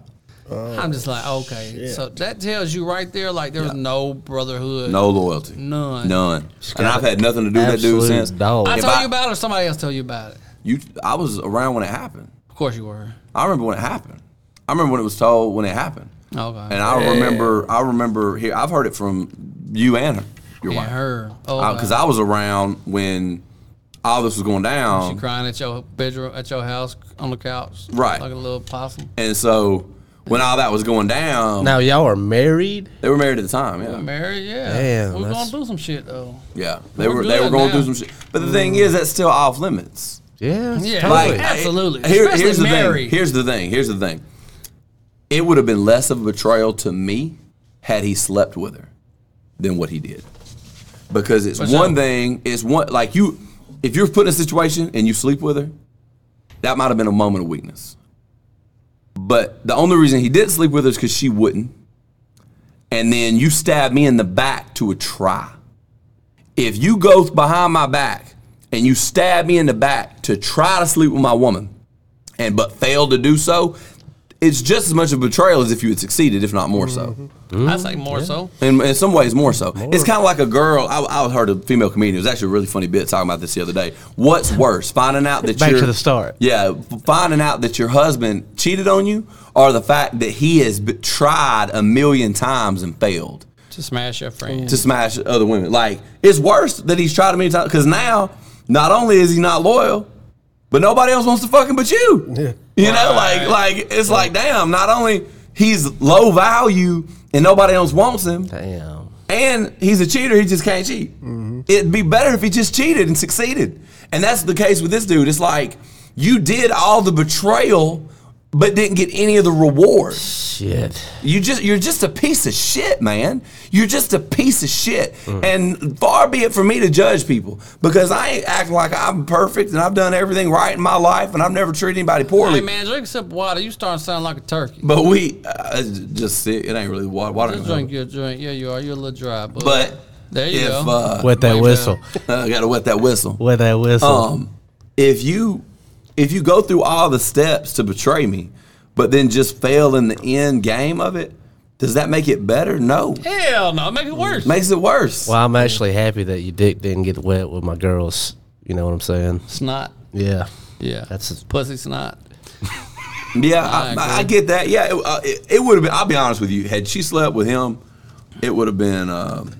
I'm just like, okay. So that tells you right there, like there's no brotherhood. No loyalty. None. None. And I've had nothing to do with that dude Absolute since. dog. I If told I- you about it or somebody else told you about it. You, I was around when it happened. Of course you were. I remember when it happened. I remember when it was told when it happened. Oh god. And I remember, I remember here. I've heard it from you and her, your Yeah, wife, her. Oh, because God. Uh, I was around when all this was going down. she crying at your bedroom at your house on the couch. Right. Like a little possum. And so when all that was going down, Now y'all are married. they were married at the time. Yeah, Mary, yeah. Damn, We're that's- gonna do some shit though. yeah. They We're were they were good going through now. Mm. some shit. But the thing is, that's still off limits. Yeah, Yeah. totally. Like- Absolutely. I- here- Especially here's the married. thing. Here's the thing. Here's the thing. It would have been less of a betrayal to me had he slept with her than what he did. Because it's For one sure. thing, it's one like you if you're put in a situation and you sleep with her, that might have been a moment of weakness. But the only reason he did sleep with her is because she wouldn't. And then you stab me in the back to a try. If you go behind my back and you stab me in the back to try to sleep with my woman, and but failed to do so, it's just as much of betrayal as if you had succeeded, if not more Mm-hmm. so. I say more so. In, in some ways, more so. It's kind of like a girl. I, I heard a female comedian. It was actually a really funny bit talking about this the other day. What's worse, finding out that Back you're, to the start. Yeah, f- finding out that your husband cheated on you, or the fact that he has b- tried a million times and failed. to smash your friend. to smash other women. Like it's worse that he's tried to many times because now not only is he not loyal, but nobody else wants to fucking but you. Yeah. You know, like like it's like damn. Not only he's low value and nobody else wants him, Damn. and he's a cheater. He just can't cheat. It'd be better if he just cheated and succeeded. And that's the case with this dude. It's like you did all the betrayal, but didn't get any of the reward. Shit. You just you're just a piece of shit, man. You're just a piece of shit. And far be it for me to judge people because I ain't acting like I'm perfect and I've done everything right in my life and I've never treated anybody poorly. Hey man, drink a sip of water. You starting to sound like a turkey. But we uh, it's just sick. It ain't really water. water Just drink your drink. Yeah, you are. You're a little dry, but, But there you if go. uh, Wet that Wait, whistle. I gotta wet that whistle. Wet that whistle. Uh, Um, if you if you go through all the steps to betray me, but then just fail in the end game of it, does that make it better? No, Hell no, make it worse. makes it worse. Well, I'm actually happy that your dick didn't get wet with my girls. You know what I'm saying? snot. Yeah. Yeah, That's- pussy snot. Yeah, I, agree. I, I get that. Yeah, it, uh, it, it would have been. I'll be honest with you. Had she slept with him, it would have been. Um,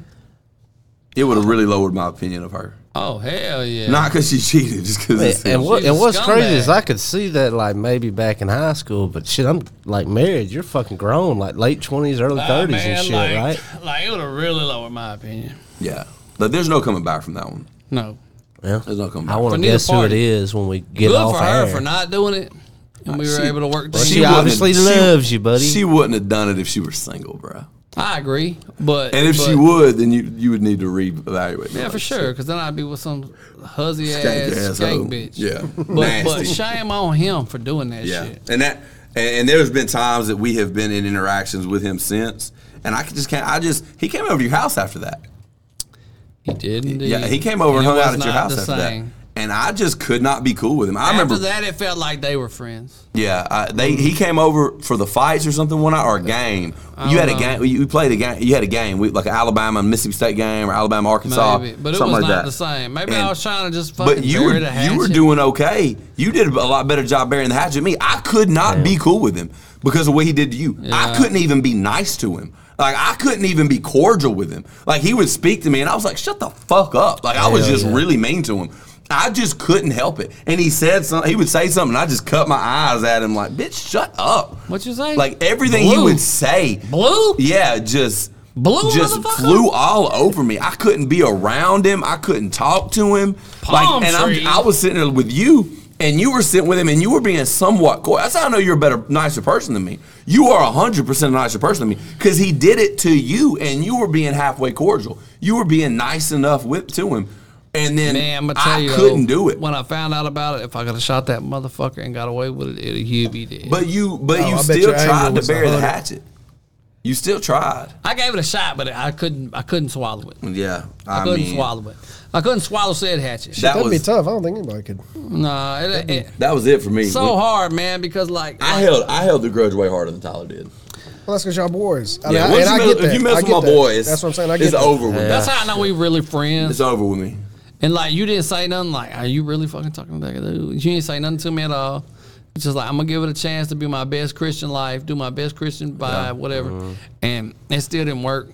it would have really lowered my opinion of her. Oh hell yeah. Not because she cheated, just because. And what She's a and what's crazy scumbag. is I could see that like maybe back in high school, but shit, I'm like married. You're fucking grown, like late twenties, early Ah, thirties man, and shit, like, right? Like it would have really lowered my opinion. Yeah, but there's no coming back from that one. No, Yeah. There's no coming back. I want For to neither guess who it party. is when we get good off for her air. for not doing it, and we were She- able to work. she things She wouldn't- out. obviously she- loves you, buddy. she wouldn't have done it if she were single, bro. I agree, but And if she but- would, then you you would need to reevaluate. Yeah, for sure. Because then I'd be with some huzzy Skank ass asshole. skank bitch. Yeah, But, but Nasty. shame on him for doing that Yeah, shit. and that and, and there's been times that we have been in interactions with him since, and I could just can't. I just he came over to your house after that. He did indeed. Yeah, he came over and it hung out was at your not house the after same. that. And I just could not be cool with him. I remember, After that, it felt like they were friends. yeah, I, they he came over for the fights or something one night or a game. You had a know. game. You you played a game. You had a game. We, like an Alabama and Mississippi State game or Alabama Arkansas, Maybe, but it was something not like that. the same. Maybe And- I was trying to just fucking But you bury were the hatchet. you were doing okay. You did a lot better job burying the hatchet than me. I could not be cool with him because of what he did to you. I Yeah. couldn't even be nice to him. Like I couldn't even be cordial with him. Like he would speak to me and I was like, "Shut the fuck up!" Like I was Hell just yeah. really mean to him. I just couldn't help it. And he said something. He would say something. and I just cut my eyes at him. Like, bitch, shut up. What you say? Like everything he Blue. would say, blue. yeah, just Blue just motherfucker? flew all over me. I couldn't be around him. I couldn't talk to him. Palm and tree. I'm, I was sitting there with you, and you were sitting with him, and you were being somewhat coy. That's how I know you're a better, nicer person than me. You are hundred percent a nicer person than me because he did it to you, and you were being halfway cordial. You were being nice enough with to him, and then Man, I'm gonna tell I you, couldn't though, do it. When I found out about it, if I could have shot that motherfucker and got away with it, it'd have be dead. But you, but Oh, I you bet still your anger tried to was bury the 100. hatchet. You still tried. I gave it a shot, but I couldn't. I couldn't swallow it. Yeah, I, I, couldn't mean, swallow it. I couldn't swallow said hatchet. that That'd be was tough. I don't think anybody could. nah, it, it, that was it for me. so hard, man, because like I held I held the grudge way harder than Tyler did. Well, that's because y'all boys. I Yeah, mean, I, once and I you mess- get that. if you mess I with get my that. boys, that's what I'm saying. I get it's that. over with. that's how I know we really It's friends. over with me. And like you didn't say nothing. Like, are you really fucking talking back? dude? You didn't say nothing to me at all. It's just like I'm gonna give it a chance to be my best Christian life, do my best Christian vibe, whatever. Uh-huh. And it still didn't work.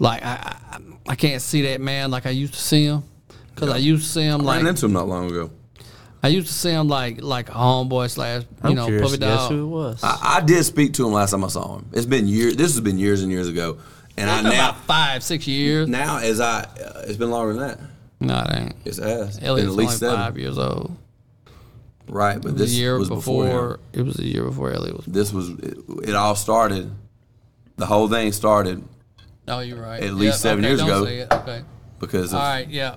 Like I, I, I can't see that man like I used to see him. Cause I used to see him Ran like into him not long ago. I used to see him like like a homeboy slash you I'm know curious puppy to guess dog. who it was. Ah. I, I did speak to him last time I saw him. It's been years. This has been years and years ago. And I It's been now about five six years. now as I uh, it's been longer than that. No, it ain't. It's ass. It's been Elliot's at least only seven. five years old. Right, but It was this a year was before. before. him. it was a year before Elliot was. This was it, it. All started. The whole thing started Oh, you're right. At least seven okay, years don't ago. say it, Okay. because of All right. Yeah.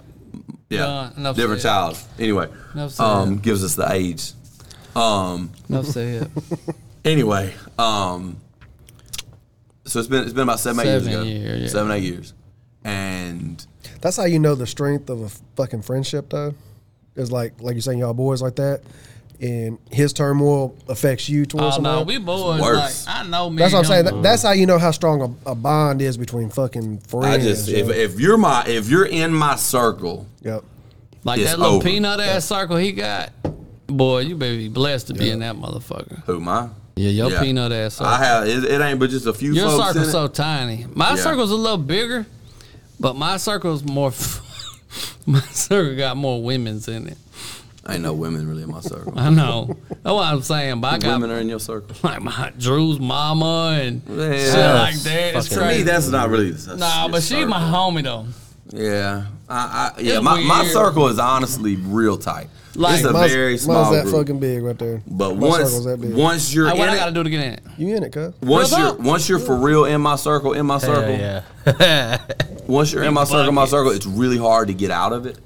yeah done. Enough different said. child. Anyway, Enough said. um, gives us the age. Um, No, say it. Anyway, um, so it's been it's been about seven, eight years Seven ago, year, yeah. seven eight years, and That's how you know the strength of a fucking friendship, though. Is like like you're saying, y'all boys like that, and his turmoil affects you towards Oh no, somebody. we boys. worse. Like, I know. Me that's what I'm and saying. him- That- That's how you know how strong a, a bond is between fucking I friends. just if, yo. if you're my if you're in my circle, yep. like it's that little over. peanut ass circle he got. Boy, you better be blessed to be in that motherfucker. who am I? Yeah, your Yeah. peanut ass. sucks. I have it, it ain't but just a few Your folks. in circle's it. so tiny. My Yeah. circle's a little bigger, but my circle's more. my circle got more women's in it. ain't no women really in my circle. I know. That's what I'm saying. But I got women are in your circle. like my Drew's mama and Yeah. shit like that. It's To me, crazy. that's not really. That's Nah, your but she my circle. homie though. Yeah, I, I, yeah. It's My, my weird. circle is honestly real tight. Like- it's a Mine's- very mine's small that group. fucking big right there. but My once circle's that big. once you're Like, in what I it, gotta do to get in it? you in it, cuz? once What's you're up? once you're for real in my circle, in my circle, Yeah, once you're in my circle, my buckets. circle, it's really hard to get out of it.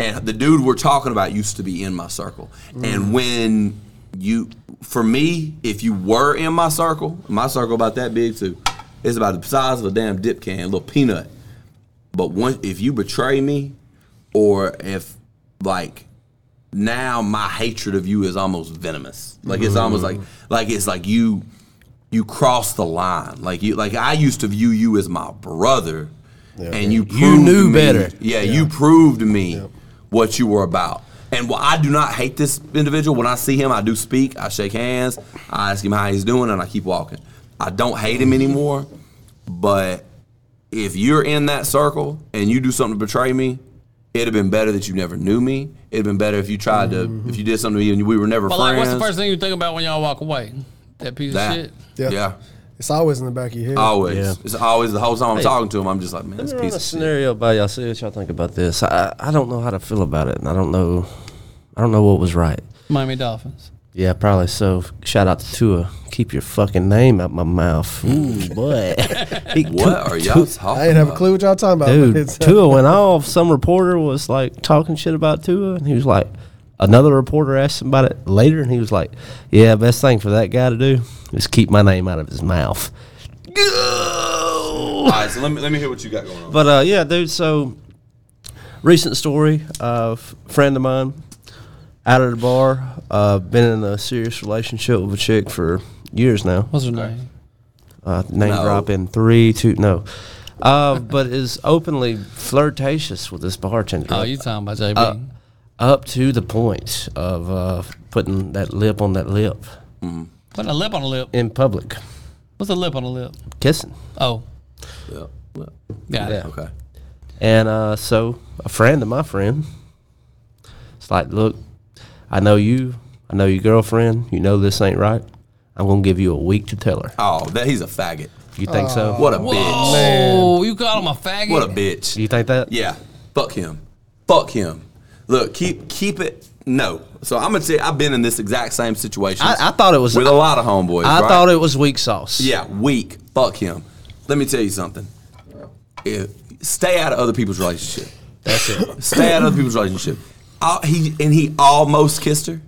And the dude we're talking about used to be in my circle. And when you, for me, if you were in my circle, my circle about that big too. It's about the size of a damn dip can, a little peanut. But once if you betray me, or if like now my hatred of you is almost venomous. Like it's almost like like it's like you you cross the line. Like you like I used to view you as my brother, and you proved knew me- better. Yeah, you proved me what you were about. And while I do not hate this individual, when I see him, I do speak, I shake hands, I ask him how he's doing, and I keep walking. I don't hate him anymore, but if you're in that circle and you do something to betray me, it'd have been better that you never knew me. It'd have been better if you tried Mm-hmm. to, if you did something to me and we were never But like, friends. what's the first thing you think about when y'all walk away? That piece That. of shit. Yeah. Yeah. It's always in the back of your head. Always. Yeah. It's always the whole time I'm talking to him, I'm just like, man, this Let me run piece a of shit. scenario by y'all. See what y'all think about this. I I don't know how to feel about it, and I don't know, I don't know what was right. Miami Dolphins. Yeah, probably. So shout out to Tua. Keep your fucking name out my mouth. Ooh, boy. He What took- are y'all I talking ain't have a about? clue what y'all talking about. but Dude, it's- Tua went off. Some reporter was like talking shit about Tua, and he was like, another reporter asked him about it later, and he was like, "Yeah, best thing for that guy to do is keep my name out of his mouth." All right, so let me, let me hear what you got going on. But uh, yeah, dude. So recent story of a friend of mine out at a bar, uh, been in a serious relationship with a chick for years now. What's her name? Uh, name No. drop in three, two, no. Uh, but is openly flirtatious with this bartender. Uh, Oh, you talking about JB? up to the point of uh, putting that lip on that lip Putting a lip on a lip. in public, What's a lip on a lip? kissing. Oh, Yeah, yeah, got it. Yeah. Okay. And uh, so a friend of my friend, it's like, look, I know you, I know your girlfriend, you know this ain't right. I'm gonna give you a week to tell her. Oh, that he's a faggot. You think so? What a bitch. Oh, you call him a faggot? What a bitch. Do you think that? Yeah, fuck him. Fuck him. Look, keep keep it. No. So I'm gonna say I've been in this exact same situation. I, I thought it was. with a lot of homeboys. I right? thought it was weak sauce. Yeah, weak. Fuck him. Let me tell you something. If, stay out of other people's relationship. that's it. Stay out of other people's relationship. Al- he and he almost kissed her.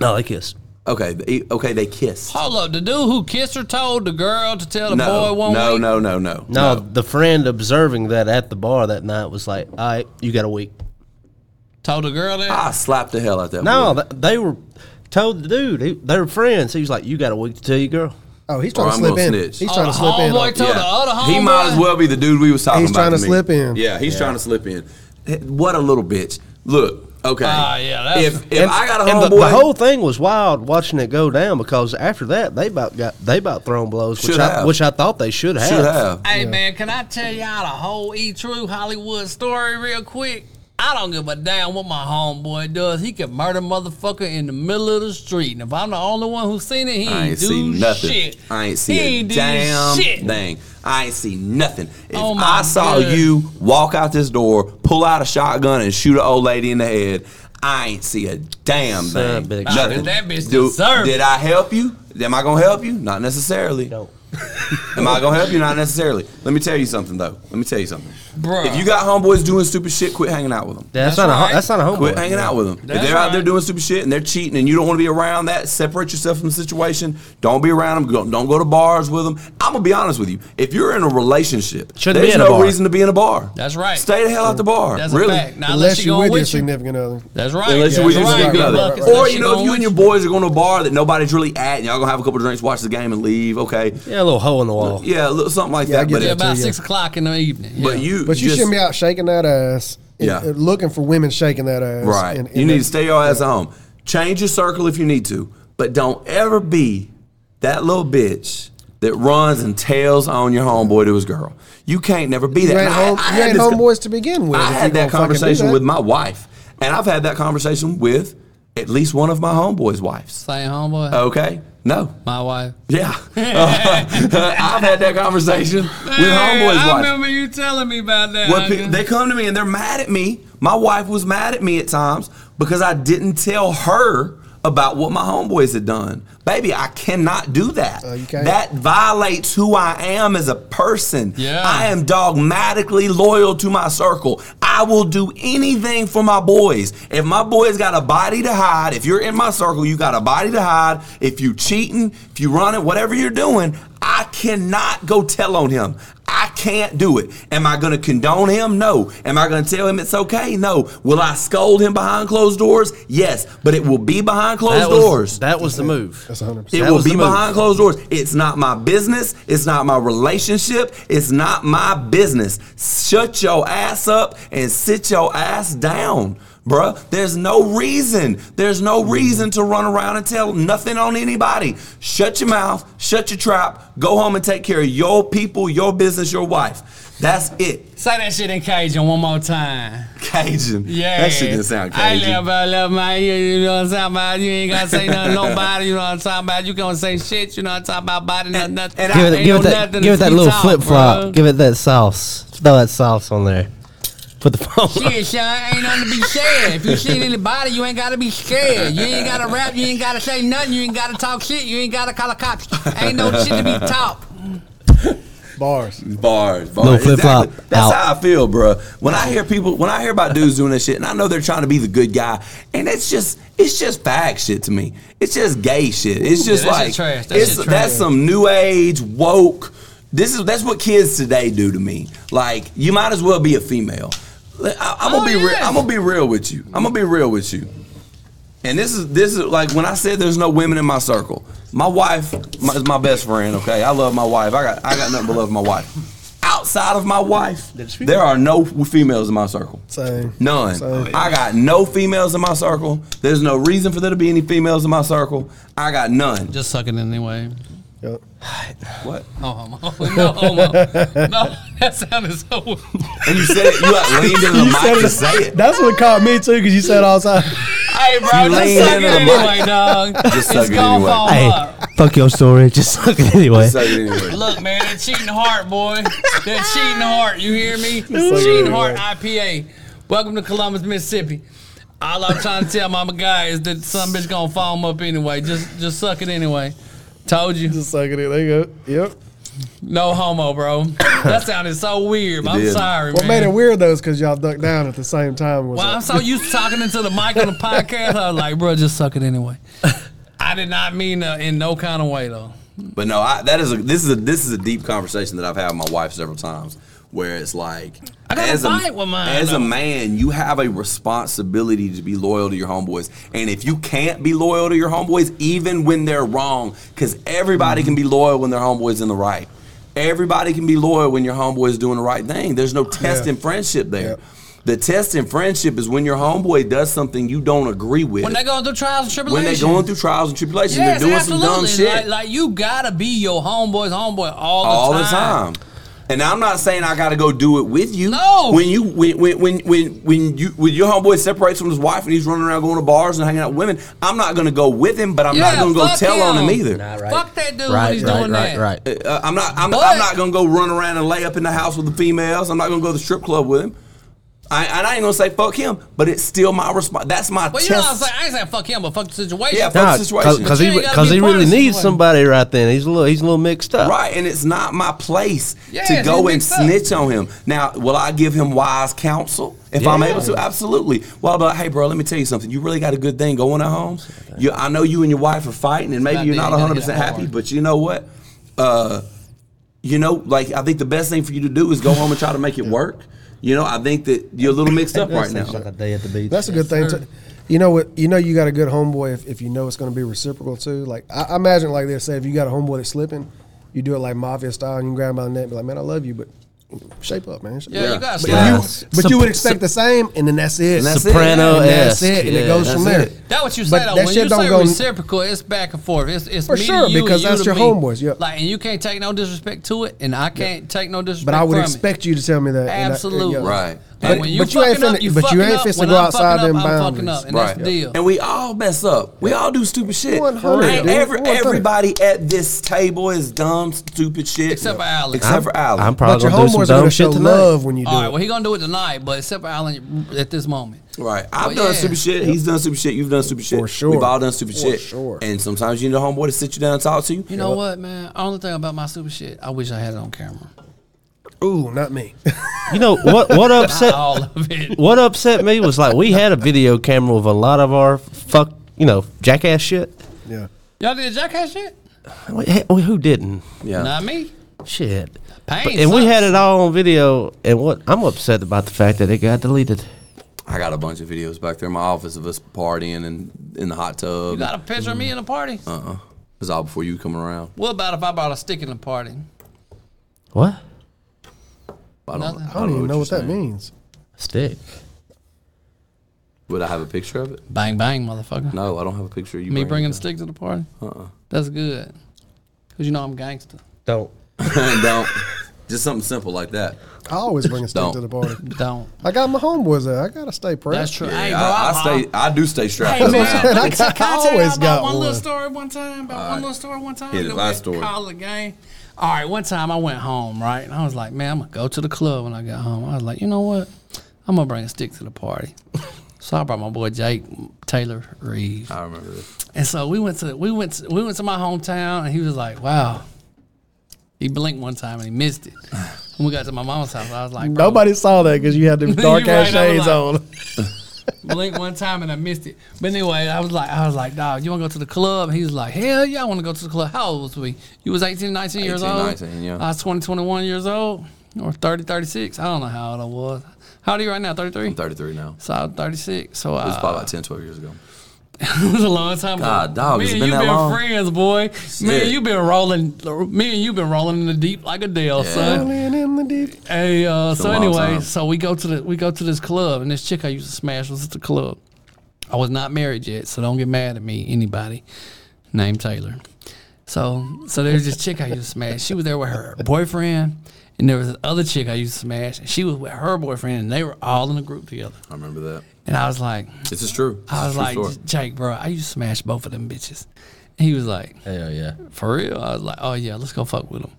No, they kissed. Okay, they- okay, they kissed. Hold up, the dude who kissed her told the girl to tell the no, boy one no, week. no, no, no, No, the friend observing that at the bar that night was like, "All right, you got a week." Told the girl that. I slapped the hell out that. No, boy. th- they were told the dude. He, they were friends. He was like, "You got a week to tell your girl." Oh, he's trying Or to I'm slip gonna in. snitch. He's Oh, trying the to slip in. homeboy told the other he might as homeboy. well be the dude we was talking He's about. trying to me. slip in. Yeah, he's trying to slip in. Eh, What a little bitch. Look, okay. Ah, yeah, that's- if if I got a and homeboy, the, the whole thing was wild watching it go down because after that they about got they about thrown blows, which Should I, have. which I thought they should have. should have. Hey man, can I tell y'all the whole E True Hollywood story real quick? I don't give a damn what my homeboy does. He can murder motherfucker in the middle of the street, and if I'm the only one who's seen it, he I ain't do see nothing. shit. I ain't He see a ain't do damn shit. thing. I ain't see nothing. If Oh my I saw God. you walk out this door, pull out a shotgun, and shoot an old lady in the head, I ain't see a damn Son thing. of a bitch. Nothing. That bitch Do- deserved Did it. I help you? Am I gonna help you? Not necessarily. No. Am I gonna help you? Not necessarily. Let me tell you something though. Let me tell you something. Bruh. If you got homeboys doing stupid shit, quit hanging out with them. That's, That's not right. a that's not a homeboy. Quit hanging out with them. That's if they're out there right. doing stupid shit and they're cheating and you don't want to be around that, separate yourself from the situation. Don't be around them. Don't, don't go to bars with them. I'm gonna be honest with you. If you're in a relationship, Shouldn't be there's in a no bar. reason to be in a bar. That's right. Stay the hell out the bar. That's really. a fact. Now, Unless you with your you. significant other. That's right. Unless you're with your that's significant right, other. right, right, Or, you know, if you and your boys are going to a bar that nobody's really at and y'all going to have a couple drinks, watch the game, and leave, okay. Yeah, a little hole in the wall. Yeah, a little- something like Yeah, I that. get But, that. Yeah, if- too, about yeah. six o'clock in the evening. but Yeah. you But you just- shouldn't be out shaking that ass. and- Yeah. and looking for women shaking that ass. Right. and- and you need that- to stay your ass at home. Change your circle if you need to, but don't ever be that little bitch that runs and tells on your homeboy to his girl. You can't never be that. You ain't, And I- home, I you had ain't this- homeboys to begin with. I if you had that gonna fucking do conversation that. with my wife, and I've had that conversation with at least one of my homeboys' wives. Say, homeboy, Okay, no, my wife. yeah, I've had that conversation with homeboys' I wife. remember you telling me about that. Well, pe- they come to me and they're mad at me. My wife was mad at me at times because I didn't tell her about what my homeboys had done. Baby, I cannot do that. Oh, you can't? That violates who I am as a person. Yeah. I am dogmatically loyal to my circle. I will do anything for my boys. If my boys got a body to hide, if you're in my circle, you got a body to hide. If you cheating, if you running, whatever you're doing, I cannot go tell on him. I can't do it. Am I going to condone him? No. Am I going to tell him it's okay? No. Will I scold him behind closed doors? Yes, but it will be behind closed that doors. Was, that was the move. That's 100%. It That will was the be move. behind closed doors. It's not my business. It's not my relationship. It's not my business. Shut your ass up and sit your ass down, bruh. There's no reason. There's no Mm-hmm. reason to run around and tell nothing on anybody. Shut your mouth. Shut your trap. Go home and take care of your people, your business, your wife. That's it. Say that shit in Cajun one more time. Cajun. Yeah. That shit didn't sound Cajun. I live, I love my, you, you know what I'm talking about? You ain't gonna say nothing, to nobody, you know what I'm talking about? You gonna say shit, you know what I'm talking about, body, nothing, nothing. and I- Give Give it, it- Ain't give it no that, nothing give it to that be little taught, flip bro. flop. Give it that sauce. Throw that sauce on there. Put the phone. Shit, Sean, ain't nothing to be said. If you seen anybody, you ain't gotta be scared. You ain't gotta rap, you ain't gotta say nothing, you ain't gotta talk shit, you ain't gotta call the cops. Ain't no shit to be taught. Bars. Bars, bars. Little flip-flop, That's out. how I feel, bruh. When I hear people, when I hear about dudes doing that shit, and I know they're trying to be the good guy, and it's just, it's just fag shit to me. It's just gay shit. It's just that like, shit trash. That it's, shit that's some new age woke. This is that's what kids today do to me. Like, you might as well be a female. I, am gonna Oh, be, real. yeah. I'm gonna be real with you. I'm gonna be real with you. And this is this is like when I said there's no women in my circle. My wife my, is my best friend. Okay, I love my wife. I got I got nothing but love for my wife. Outside of my wife, there are no females in my circle. Same. None. Same. I got no females in my circle. There's no reason for there to be any females in my circle. I got none. Just suck it anyway. Yep. What? No homo. oh, No homo. No, that sounded so And you said it. You like leaned into the mic to say it. That's what caught me too, because you said all the time. Hey, bro, You just lean suck it into the anyway, dog. Just suck it's it gonna anyway. fall Hey, apart. fuck your story. Just suck it anyway. Say it anyway. Look, man, that cheating heart, boy. That cheating heart. You hear me? suck it cheating heart anyway. IPA. Welcome to Columbus, Mississippi. All I'm trying to tell my guy is that some bitch gonna foam up anyway. Just, just suck it anyway. Told you, Just sucking it. There you go. Yep. no homo, bro. That sounded so weird. I'm did. sorry, What man. made it weird though is because y'all ducked down at the same time. Was Well, I'm like, so used to talking into the mic on the podcast. I was like, bro, just suck it anyway. I did not mean uh, in no kind of way though. But no, I, that is a, this is a, this is a deep conversation that I've had with my wife several times, where it's like, I gotta fight with mine, as though. a man, you have a responsibility to be loyal to your homeboys, and if you can't be loyal to your homeboys, even when they're wrong, because everybody can be loyal when their homeboys in the right. Everybody can be loyal when your homeboy is doing the right thing. There's no test Yeah. in friendship there. Yep. The test in friendship is when your homeboy does something you don't agree with. When they going through trials and When tribulations. they're going through trials and tribulations, they're doing some dumb shit. Like, like you gotta be your homeboy's homeboy all the all time. the time. And I'm not saying I got to go do it with you. No. When you when when when when, when you when your homeboy separates from his wife and he's running around going to bars and hanging out with women, I'm not going to go with him, but I'm not Yeah, going to go fuck tell on him him. either. Nah, Fuck that dude when Right, he's right, doing right, that. right. Uh, I'm not. I'm, But- I'm not gonna go run around and lay up in the house with the females. I'm not gonna go to the strip club with him. I, and I ain't gonna say fuck him, but it's still my response. That's my Well, you know what I'm test. saying? I ain't saying fuck him, but fuck the situation. Yeah, fuck- Nah, situation. because he You ain't gotta because be he part of really the needs situation. somebody right then. He's a little he's a little mixed up. Right, and it's not my place Yeah, to it's go and mixed up. snitch on him. Now, will I give him wise counsel if I'm Yeah. able to? Absolutely. Well, I'll be like, hey, bro, let me tell you something. You really got a good thing going at home. You, I know you and your wife are fighting, and maybe about you're being- not you gotta 100 get percent it happy, hard. but you know what? Uh, you know, like I think the best thing for you to do is go home and try to make it work. You know, I think that you're a little mixed up right now. a day at the beach. that's a good thing. To, you know what? You know you got a good homeboy if, if you know it's going to be reciprocal too. Like I, I imagine like this: say if you got a homeboy that's slipping, you do it like mafia style, and you grab him by the neck, and be like, "Man, I love you, but shape up, man. Shape Yeah, up. Yeah. you got But, to Yeah. you, but you would expect the same, and then that's it. And that's it. Soprano and that's esque. it, and it goes from there. That what you But say though. that When shit you don't say go- reciprocal, it's back and forth. It's it's For me to sure, you because and you that's to your me. homeboys, yeah. Like, and you can't take no disrespect to it, and I can't take no disrespect. But I would from expect you to tell me that. It. and I- Absolutely. yeah. Right. And But- when you but you ain't fucking up, finna- you but you fucking ain't up. finna When go I'm outside fucking them up, I'm fucking boundaries. up, and Right. that's the deal. And we all mess up. We all do stupid shit. 100, Ain't dude. every, 100. everybody at this table is dumb, stupid shit. Except for Alex. Except for Alex. I'm But probably your gonna do some homeboys are dumb gonna show shit tonight. love when you do All right. it. Well, he gonna do it tonight, but except for Allen at this moment. Right. I've But done yeah. stupid shit. He's done stupid shit. You've done stupid shit. For sure. We've all done stupid For shit. sure. And sometimes you need a homeboy to sit you down and talk to you. You know what, man? Only thing about my super shit, I wish I had it on camera. Ooh, not me. You know what? What upset? All of it. what upset me was like we had a video camera with a lot of our fuck, you know, jackass shit. yeah. Y'all did jackass shit? Wait, hey, Who didn't? Yeah. Not me. Shit. Pain But- and we sucks. had it all on video. And what I'm upset about the fact that it got deleted. I got a bunch of videos back there in my office of us partying and in the hot tub. You got a picture of me in a party? uh-uh. It was all before you come around. What about if I brought a stick in the party? What? I don't, Nothing. I I don't even know you're what that saying. means. Stick. Would I have a picture of it? Bang bang, motherfucker. No, I don't have a picture of you. me bringing a it. stick to the party. Uh-uh. That's good. Cause you know I'm gangster. Don't. don't. Just something simple like that. I always bring a stick Don't. to the party. Don't. I got my homeboys there. I gotta stay prepped. That's true. hey, Yeah, bro, I, I I'm- stay. I do stay strapped. Hey, up man, now. let me I t- can I always tell y'all about got one little one. story one time? About one little story one time? Hit it, that last we story. Call the game. All right, one time I went home, right? And I was like, man, I'm going to go to the club when I got home. I was like, you know what? I'm going to bring a stick to the party. so I brought my boy Jake Taylor Reeves. I remember this. And so we went to we went to, we went to my hometown, and he was like, "Wow." He blinked one time and he missed it. When we got to my mom's house, I was like, bro, Nobody saw that because you had them dark ass right, I was shades like- on. blinked one time and I missed it." But anyway, I was like, "I was like, dog, you want to go to the club?" He was like, "Hell yeah, I want to go to the club." How old was we? You was 18, 19 years 18, old. 19, yeah. I was 20, 21 years old, or 30, 36. I don't know how old I was. How old are you right now? 33. I'm 33 now. So I'm 36. So It was uh, probably about 10, 12 years ago. It was a long time ago. God, dog, me it's and been you that been long. friends, boy. Me Shit. and you been rolling. Me and you been rolling in the deep like a Dell, son. Rolling in the deep. Hey, uh, so a long anyway, time. so we go to the we go to this club, and this chick I used to smash was at the club. I was not married yet, so don't get mad at me, anybody. Named Taylor. So so there's this chick I used to smash. She was there with her boyfriend, and there was this other chick I used to smash. And she was with her boyfriend, and they were all in a group together. I remember that. And I was like, This is true. This I was is a true like, story. Jake, bro, I used to smash both of them bitches. And he was like, Hell yeah. for real? I was like, oh yeah, let's go fuck with them.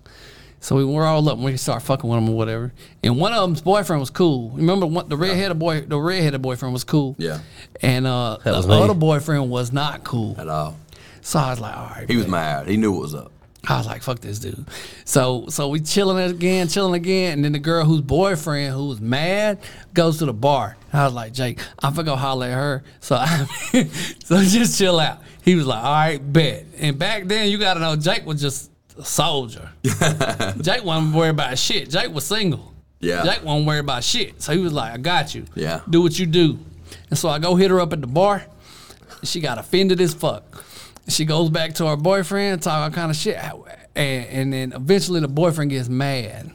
So we were all up and we start fucking with them or whatever. And one of them's boyfriend was cool. Remember one, the redheaded boy, the redheaded boyfriend was cool. Yeah. And uh, That was the me. other boyfriend was not cool. at all. So I was like, all right. He was bet. mad. He knew what was up. I was like, fuck this dude. So so we chilling again, chilling again, and then the girl whose boyfriend who was mad goes to the bar. I was like, Jake, I'm gonna go holler at her. So I so just chill out. He was like, All right, bet. And back then you gotta know Jake was just a soldier. Jake wasn't worried about shit. Jake was single. Yeah. Jake wasn't worried about shit. So he was like, I got you. Yeah. Do what you do. And so I go hit her up at the bar. She got offended as fuck. She goes back to her boyfriend, talk all kind of shit, and, and then eventually the boyfriend gets mad.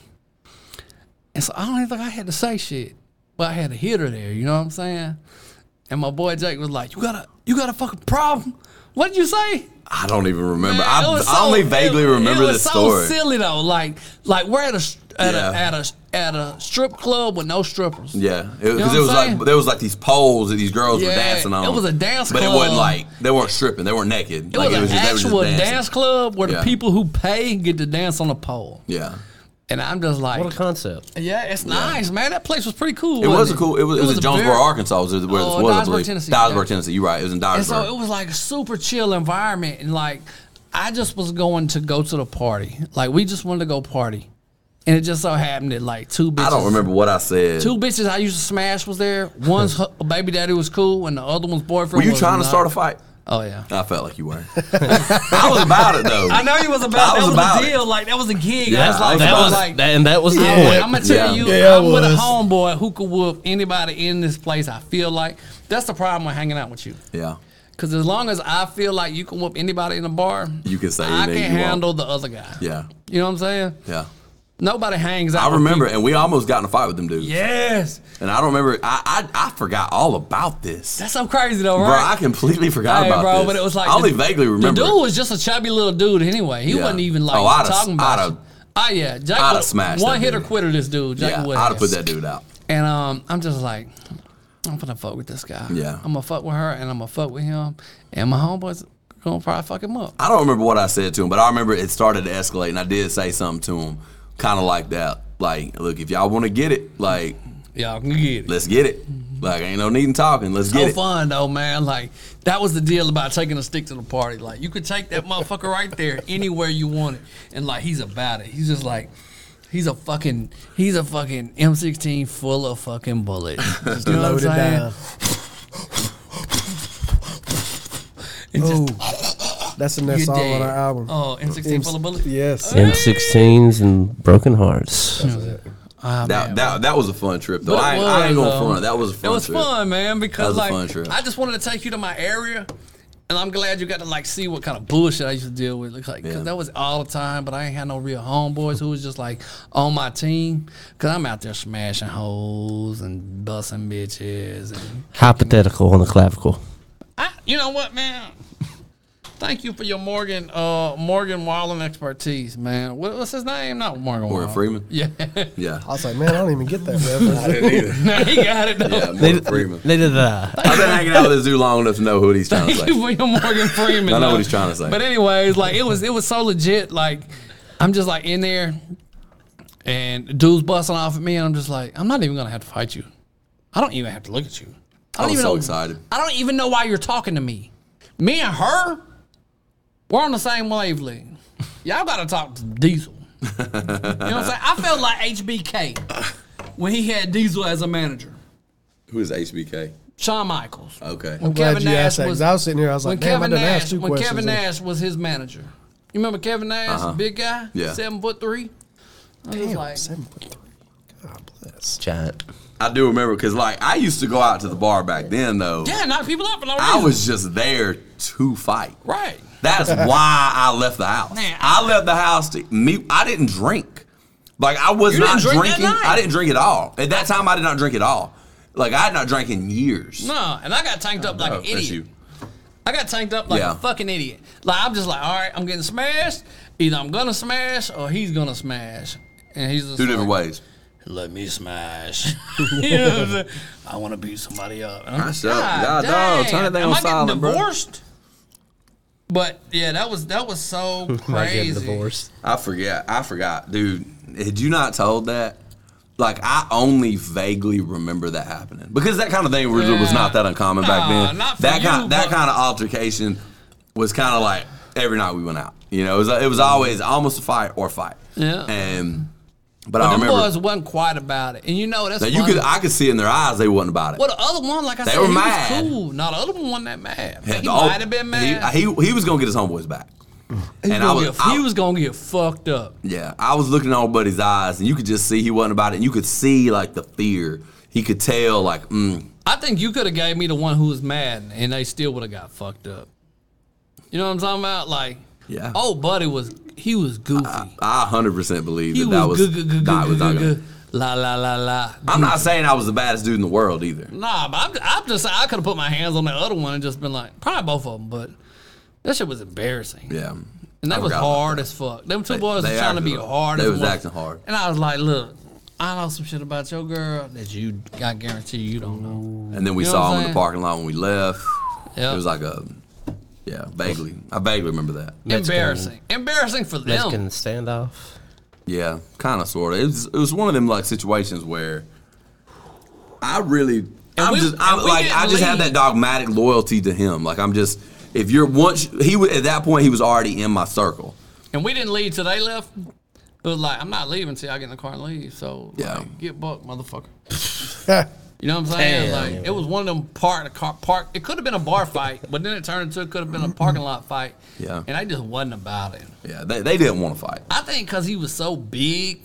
And so I don't even think I had to say shit, but I had to hit her there. You know what I'm saying? And my boy Jake was like, "You got a you got a fucking problem? What did you say?" I don't even remember. Man, it I, was I so- only vaguely it- remember it was this so story. silly though. Like like we're at a at, Yeah. a at a at a strip club with no strippers. Yeah, because it, know 'cause what it I'm was saying? like there was like these poles that these girls were Yeah, dancing on. it was a dance but it club. wasn't like they weren't stripping, they weren't naked. It like was, an they were actual dancing. dance club where Yeah. the people who pay get to dance on a pole. Yeah, And I'm just like, What a concept. yeah, it's nice, man. That place was pretty cool. it was a wasn't cool. It was, it was, in Jonesboro, very- Arkansas, was where Oh, this was, I Dyersburg, believe. Tennessee, Dyersburg, yeah. Tennessee. You're right. It was in And Dyersburg. so it was like a super chill environment. And like, I just was going to go to the party. Like, we just wanted to go party. And it just so happened that like two bitches. I don't remember what I said. Two bitches I used to smash was there. One's hu- baby daddy was cool, and the other one's boyfriend. were you was trying to not. start a fight? Oh yeah. I felt like you were. I was about it though. I know you was I about. that was was about the it. deal. Like that was a gig. I Yeah, was I like, was that about was it. like. and that was the I'm, point. I'm gonna tell Yeah. you, Yeah, I I'm with a was. homeboy who could whoop anybody in this place. I feel like that's the problem with hanging out with you. Yeah, Because as long as I feel like you can whoop anybody in the bar, You can say I anything can you want. handle the other guy. yeah, You know what I'm saying? yeah. Nobody hangs out. I with remember, people. and we almost got in a fight with them dudes. Yes, And I don't remember. I I, I forgot all about this. that's so crazy though, right? Bro, I completely forgot Hey, about bro, this. but it was like I only the- vaguely The remember. dude was just a chubby little dude anyway. He Yeah. wasn't even like Oh, I'd have- talking about. I'd it. have- Ah, yeah, Jake I'd have was smashed one that hitter dude. quitter. This dude, Jake yeah, Wood. I'd have put that dude out. And um, I'm just like, I'm gonna fuck with this guy. Yeah. I'm gonna fuck with her, and I'm gonna fuck with him, and my homeboys gonna probably fuck him up. I don't remember what I said to him, but I remember it started to escalate, and I did say something to him, kind of like that. Like, look, if y'all want to get it, like, Y'all can get it. let's get it. Like, ain't no need in talking. Let's so get it. fun though, man. Like that was the deal about taking a stick to the party. Like you could take that motherfucker right there anywhere you want it, and like he's about it. He's just like. He's a fucking he's a fucking M16 full of fucking bullets. Just you know what Loaded I'm saying? down. And just- Oh, that's the next You're song dead. on our album. Oh, M16 full of bullets. Yes. M16s and broken hearts. Ah, man. That, that that was a fun trip though. But it I, ain't- I ain't was, gonna though. front. That was a fun It was trip. fun, man, because was a like fun trip. I just wanted to take you to my area, and I'm glad you got to like see what kind of bullshit I used to deal with. Like, 'cause Yeah. that was all the time, but I ain't had no real homeboys who was just like on my team. Cause I'm out there smashing hoes and busting bitches, and Hypothetical on the clavicle. I, you know what, man. Thank you for your Morgan uh, Morgan Wallen expertise, man. What, what's his name? Not Morgan Morgan Wallen. Freeman. Yeah, Yeah. I was like, man, I don't even get that reference. he got it. Though. Yeah, Morgan Freeman. They uh, I've been hanging out with this dude long enough to know who he's trying to Thank you say. for your Morgan Freeman. I know though. what he's trying to say. But anyways, like it was it was so legit. Like I'm just like in there, and dudes busting off at me, and I'm just like, I'm not even gonna have to fight you. I don't even have to look at you. I don't was even so know- excited. I don't even know why you're talking to me. Me and her, we're on the same wavelength. Y'all gotta talk to Diesel. you know what I'm saying? I felt like HBK when he had Diesel as a manager. Who is HBK? Shawn Michaels. Okay. I'm glad Kevin you Nash asked that was- because I was sitting here. I was when like, damn, Kevin I didn't Nash, ask two when questions. Kevin Nash was his manager. You remember Kevin Nash, big guy, Uh-huh. Yeah. seven foot three. I was Damn, like, seven foot three. God bless. Giant. I do remember because like I used to go out to the bar back then though. yeah, knock people up for no I reason. was just there to fight. right. That's why I left the house. Man, I, left the house to me. I didn't drink. Like I was You not didn't drink that drinking. night? I didn't drink at all. At that time, I did not drink at all. Like I had not drank in years. No, and I got tanked up like Oh, an that's idiot. you. I got tanked up like Yeah. a fucking idiot. Like I'm just like, all right, I'm getting smashed. Either I'm gonna smash or he's gonna smash. And he's just Two different like, ways. Let me smash. you know what I'm saying? I want to beat somebody up. And I'm I like, shut up. God God, dog, dang, turn that thing am on I silent, getting bro. divorced? But yeah, that was that was so crazy. I forget. I forgot, dude. Had you not told that? Like I only vaguely remember that happening because that kind of thing was, was Yeah. not that uncommon back Nah, then. not for that you, kind that but- kind of altercation was kind of like every night we went out. You know, it was it was always almost a fight or fight. Yeah. And but, I But them remember boys wasn't quiet about it, and you know that's that you funny. could I could see in their eyes they wasn't about it. well, the other one, like I They said, were he mad. was cool. No, the other one wasn't that mad. Had he the old- might have been mad. He, he, he was gonna get his homeboys back. He and gonna I was get- I- he was gonna get fucked up. Yeah, I was looking at old buddy's eyes, and you could just see he wasn't about it. And you could see like the fear. He could tell like, mm, I think you could have gave me the one who was mad, and they still would have got fucked up. You know what I'm talking about? Like, Yeah. old buddy was he was goofy. oh, I hundred percent believe he that that was was. good, good, good, nah, it good, was not good, gonna- good, la la la la. I'm not saying I was the baddest dude in the world either. Nah, but I'm, I'm just I could have put my hands on the other one and just been like, probably both of them, but that shit was embarrassing. Yeah, And I that was forgot about hard as fuck. Them two boys they was trying to acted be up. hard They as was fuck. acting hard. And I was like, look, I know some shit about your girl that you, I guarantee you don't know. that. And then we You know what saw I'm him in saying? the parking lot when we left. Yeah. It was like a, yeah, vaguely. I vaguely remember that. Mexican- Embarrassing. Embarrassing for them. Mexican standoff. Yeah, kind of, sort of. It was, it was one of them like situations where I really, I'm we- just, I'm, and we like, didn't I just have leave. that dogmatic loyalty to him. Like, I'm just, if you're once he wa- at that point, he was already in my circle. And we didn't leave till they left. It was like, I'm not leaving till I get in the car and leave. So, Yeah. like, get bucked, motherfucker. Ha, You know what I'm saying? Like Damn. it was one of them park, car, park. It could have been a bar fight, but then it turned into it could have been a parking lot fight. Yeah. and I just wasn't about it. Yeah, they, they didn't want to fight. I think because he was so big,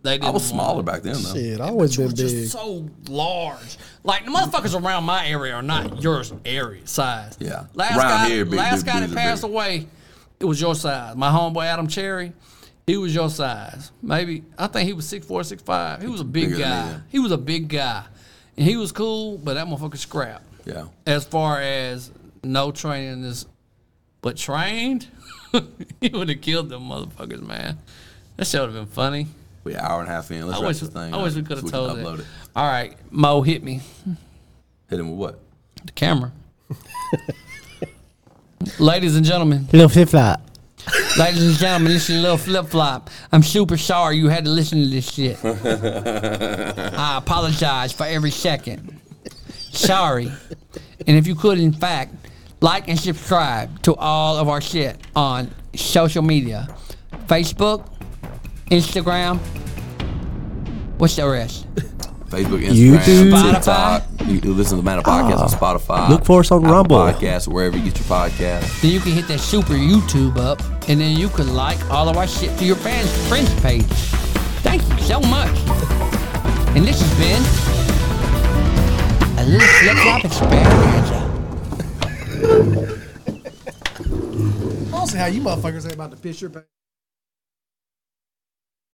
they didn't I was want- smaller back then, though. Shit, I always been big. Just so large. Like the motherfuckers around my area are not your area size. Yeah. Last Round guy, here, big- last big guy that dudes are passed big. away, it was your size. My homeboy Adam Cherry, He was your size. Maybe I think he was six four, six five. He was a big Bigger than me, guy. yeah. He was a big guy. And he was cool, but that motherfucker scrapped. Yeah. As far as no training is but trained, he would have killed them motherfuckers, man. That should have been funny. We an hour and a half in. Let's I wrap wish, this thing. I wish up we could have so told can that. upload it. All right, Mo, hit me. Hit him with what? The camera. Ladies and gentlemen, Little flip flop. ladies and gentlemen, this is a little flip flop. I'm super sorry you had to listen to this shit. I apologize for every second. Sorry. And if you could, in fact, like and subscribe to all of our shit on social media Facebook, Instagram, what's the rest? Facebook, Instagram, YouTube. Ah. TikTok. You can listen to the Matter Podcast on Spotify. Look for us on Apple Rumble. Podcast, wherever you get your podcast. Then you can hit that super YouTube up, and then you can like all of our shit to your fans friends page. Thank you so much. And this has been a little flip flop experience. I don't see how you motherfuckers ain't about to piss your pants.